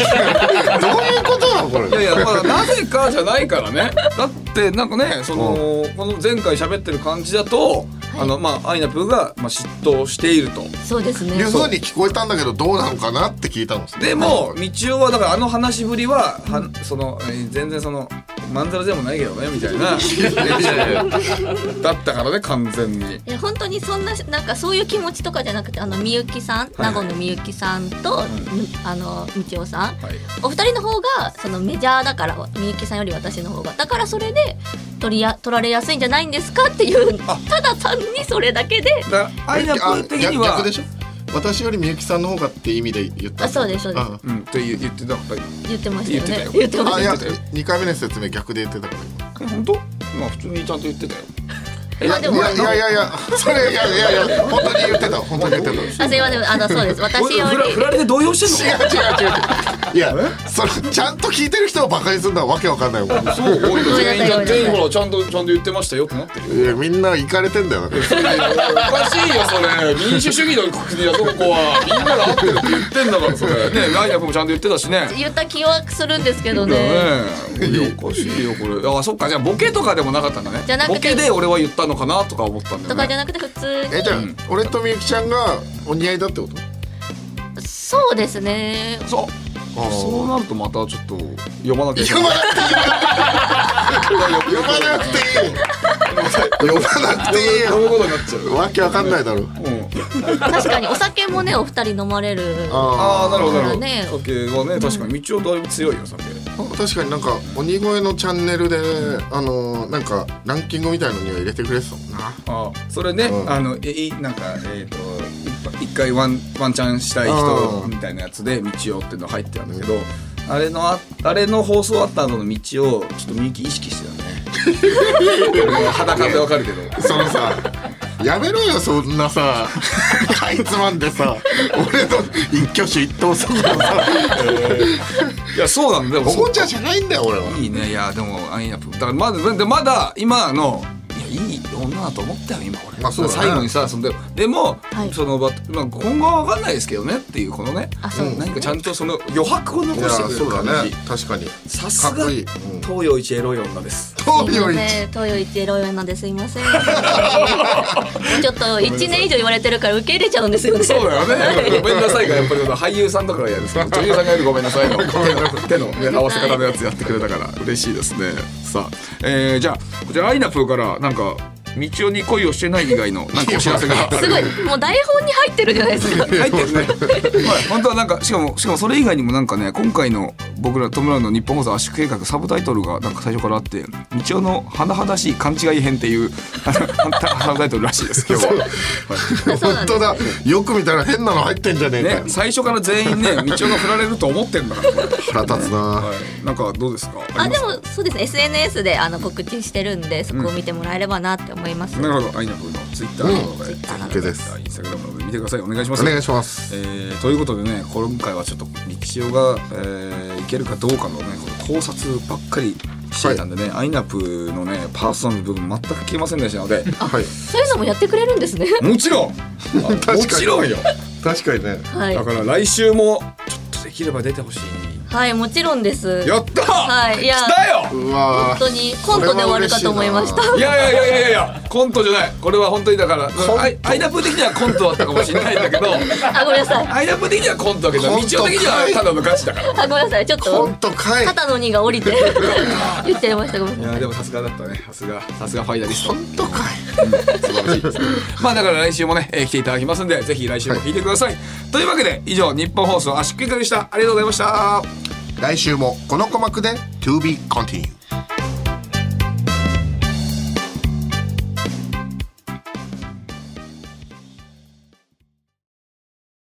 S2: うことなのこれ
S3: いやいや、ま あ、なぜかじゃないから ね。だって、なんかね、その、この前回喋ってる感じだと、あの、まあ、アイナプーが、まあ、嫉妬していると。
S6: そうですね
S2: いうふうに聞こえたんだけどどうなのかなって聞いたの
S3: でも、道夫は、だから、あの話ぶりは、はその、えー全然、その、まんざらでもないけどね、みたいな。 だったからね、完全に。
S6: いや本当にそんななんかそういう気持ちとかじゃなくてあのみゆきさん
S3: は
S6: 名
S3: いはい
S6: 護のみゆきさんと、あのみちおさん
S3: はい。
S6: お二人の方がそのメジャーだからみゆきさんより私の方がだからそれで取りや取られやすいんじゃないんですかっていう
S3: あ
S6: ただ単にそれだけで
S3: だから、アイナプー的に
S2: あ
S3: は
S2: 逆逆で。しょ私よりみゆきさんの方がって意味で言った
S6: あそうですそうです
S2: あ
S3: うん、って言う言ってたから。
S6: 言ってましたよね
S3: 言
S6: 言
S3: っ
S6: って
S3: た
S6: てま
S3: よ
S6: し
S2: あ
S6: た
S2: い
S6: よ
S2: や
S6: ね
S2: 2回目の説明逆で言ってたから
S3: え本当。まあ、普通にちゃんと言ってたよ。
S6: いやで
S2: い
S6: も
S2: やいやいやいや、それいやいやいや、本当に言ってた、本当に言ってた。違う違
S6: あすいませんあのそうです私よ
S3: ふら、振
S6: り
S3: られて動揺してんの。
S2: う違う。いや、それちゃんと聞いてる人をバカにするのはわけわかんないもん。い
S3: そう、俺
S6: ごめんなさいごめんなさい
S3: 全員ほら、ちゃんと、ちゃんと言ってましたよってなってる。
S2: や、みんな行かれてんだよ。
S3: おかしいよそれ民主主義の国だぞここはみんなが合ってるって言ってんだからそれねライナップもちゃんと言ってたしね
S6: 言った気はするんですけど
S3: ね
S6: ね
S3: いやおかしいよこれあそっかじゃあボケとかでもなかったんだね
S6: じゃなくて
S3: ボケで俺は言ったのかなとか思ったんだ
S6: とか
S3: よ
S6: じゃ
S3: ね
S6: なくて普通
S2: え、じゃあ、俺とみゆきちゃんがお似合いだってこと。
S6: にそうですね
S3: そうそうなるとまたちょっと読まなきゃいけ
S2: 読
S3: ない
S2: まなくて呼ばなくていい呼ばなくていいよわけわかんないだろ
S6: 確かにお酒もねお二人飲まれる
S13: ああなるほどなるほど、
S6: ね
S13: 酒はね確かに道はだいぶ強いよ酒
S2: 確かになんか鬼越のチャンネルで、あのーなんかランキングみたいのには入れてくれてたもんな
S13: あそれね、あのえいなんかえっ、と一一回ワンワンチャンしたい人みたいなやつで「道を」っていうの入ってたんだけど、あれのああれの放送あった後の道をちょっとみゆき意識して たね俺裸でわかるけど
S2: その さやめろよそんなさ かいつまんでさ俺の一挙手一投足のさ、
S13: いやそうなんだよ
S2: おもちゃじゃないんだよ俺はい
S13: いねいやでもアイナプだからまだでまだ今のいやいい女だと思ったよ今俺、
S2: まあそうだね
S13: 最後にさそのででも、そのば、まあ、今後は分かんないですけどねっていうこのね何かちゃんとその余白を残してくれる感
S2: いやそうだ
S13: じ
S2: ね確かに
S13: さす
S2: かっ
S13: が
S2: こいい
S13: 東洋一エロい女です
S2: 東洋一
S6: ね東洋一エロい女ですいませんちょっと一年以上言われてるから受け入れちゃうんですよね
S13: そうだよ ねごめんなさいがやっぱりこの俳優さんとかがやるんですけど女優さんがやるごめんな さいの手のね合わせ方のやつやってくれたから嬉しいですね
S3: さあ、えー、じゃあこちらアイナプーからなんか道夫に恋をしてない以外のなんかお知らせ がある
S6: すごいもう台本に入ってるじゃないですか
S3: 入ってるね。はい、 本当はなんかしかもしかもそれ以外にもなんかね今回の僕らトムラウンの日本放送圧縮計画サブタイトルがなんか最初からあって「道夫の甚だしい勘違い編」っていう あのサブタイトルらしいです今日は。
S2: 本当だよく見たら変なの入ってんじゃねえかよ
S3: ね、最初から全員 ね道夫が振られると思ってんだからこれ
S2: 腹立つな、
S3: はい、なんかどうですか
S6: あでもそうですね SNS であの告知してるんでそこを見てもらえればなって思います、
S3: なるほどアイナプーのツイッターの方で、
S2: OK です
S3: インスタグラムの方で見てくださいお願いします
S2: お願いします
S3: えーということでね今回はちょっと力士が、えーいけるかどうかのねこの考察ばっかりしていたんでね、アイナプーのねパーソナル部分全く聞けませんでしたので
S2: はい
S6: そういうのもやってくれるんですね
S3: もちろんもちろんよ
S2: 確かにね
S6: はい
S3: だから来週もちょっとできれば出てほしい
S6: はいもちろんです
S3: やった
S6: はいいや
S3: 来たよ
S2: うわ
S6: 本当にコントで終わるかと思いました
S3: いやいやいやいやいやコントじゃないこれは本当にだからアイアイナプー的にはコントだったかもしれないんだ けど
S6: あごめんなさい
S3: アイナプー的にはコントだけど道
S2: コ
S3: 夫
S2: ント
S3: 的にはただのガチだから
S6: あごめんなさいちょっ
S2: ー
S6: と
S2: 本当かい
S6: 肩の荷が下りて言っちゃいましたごめん
S3: い
S6: なさ
S3: や
S6: い
S3: でもさすがだったねさすがさすがファイナリスト
S2: 本当かい
S3: 素晴らしいですね まあだから来週もね、えー来ていただきますんでぜひ来週も聞いてください、というわけで以上日本放送圧縮計画でしたありがとうございました
S2: 来週もこの鼓膜で To be continued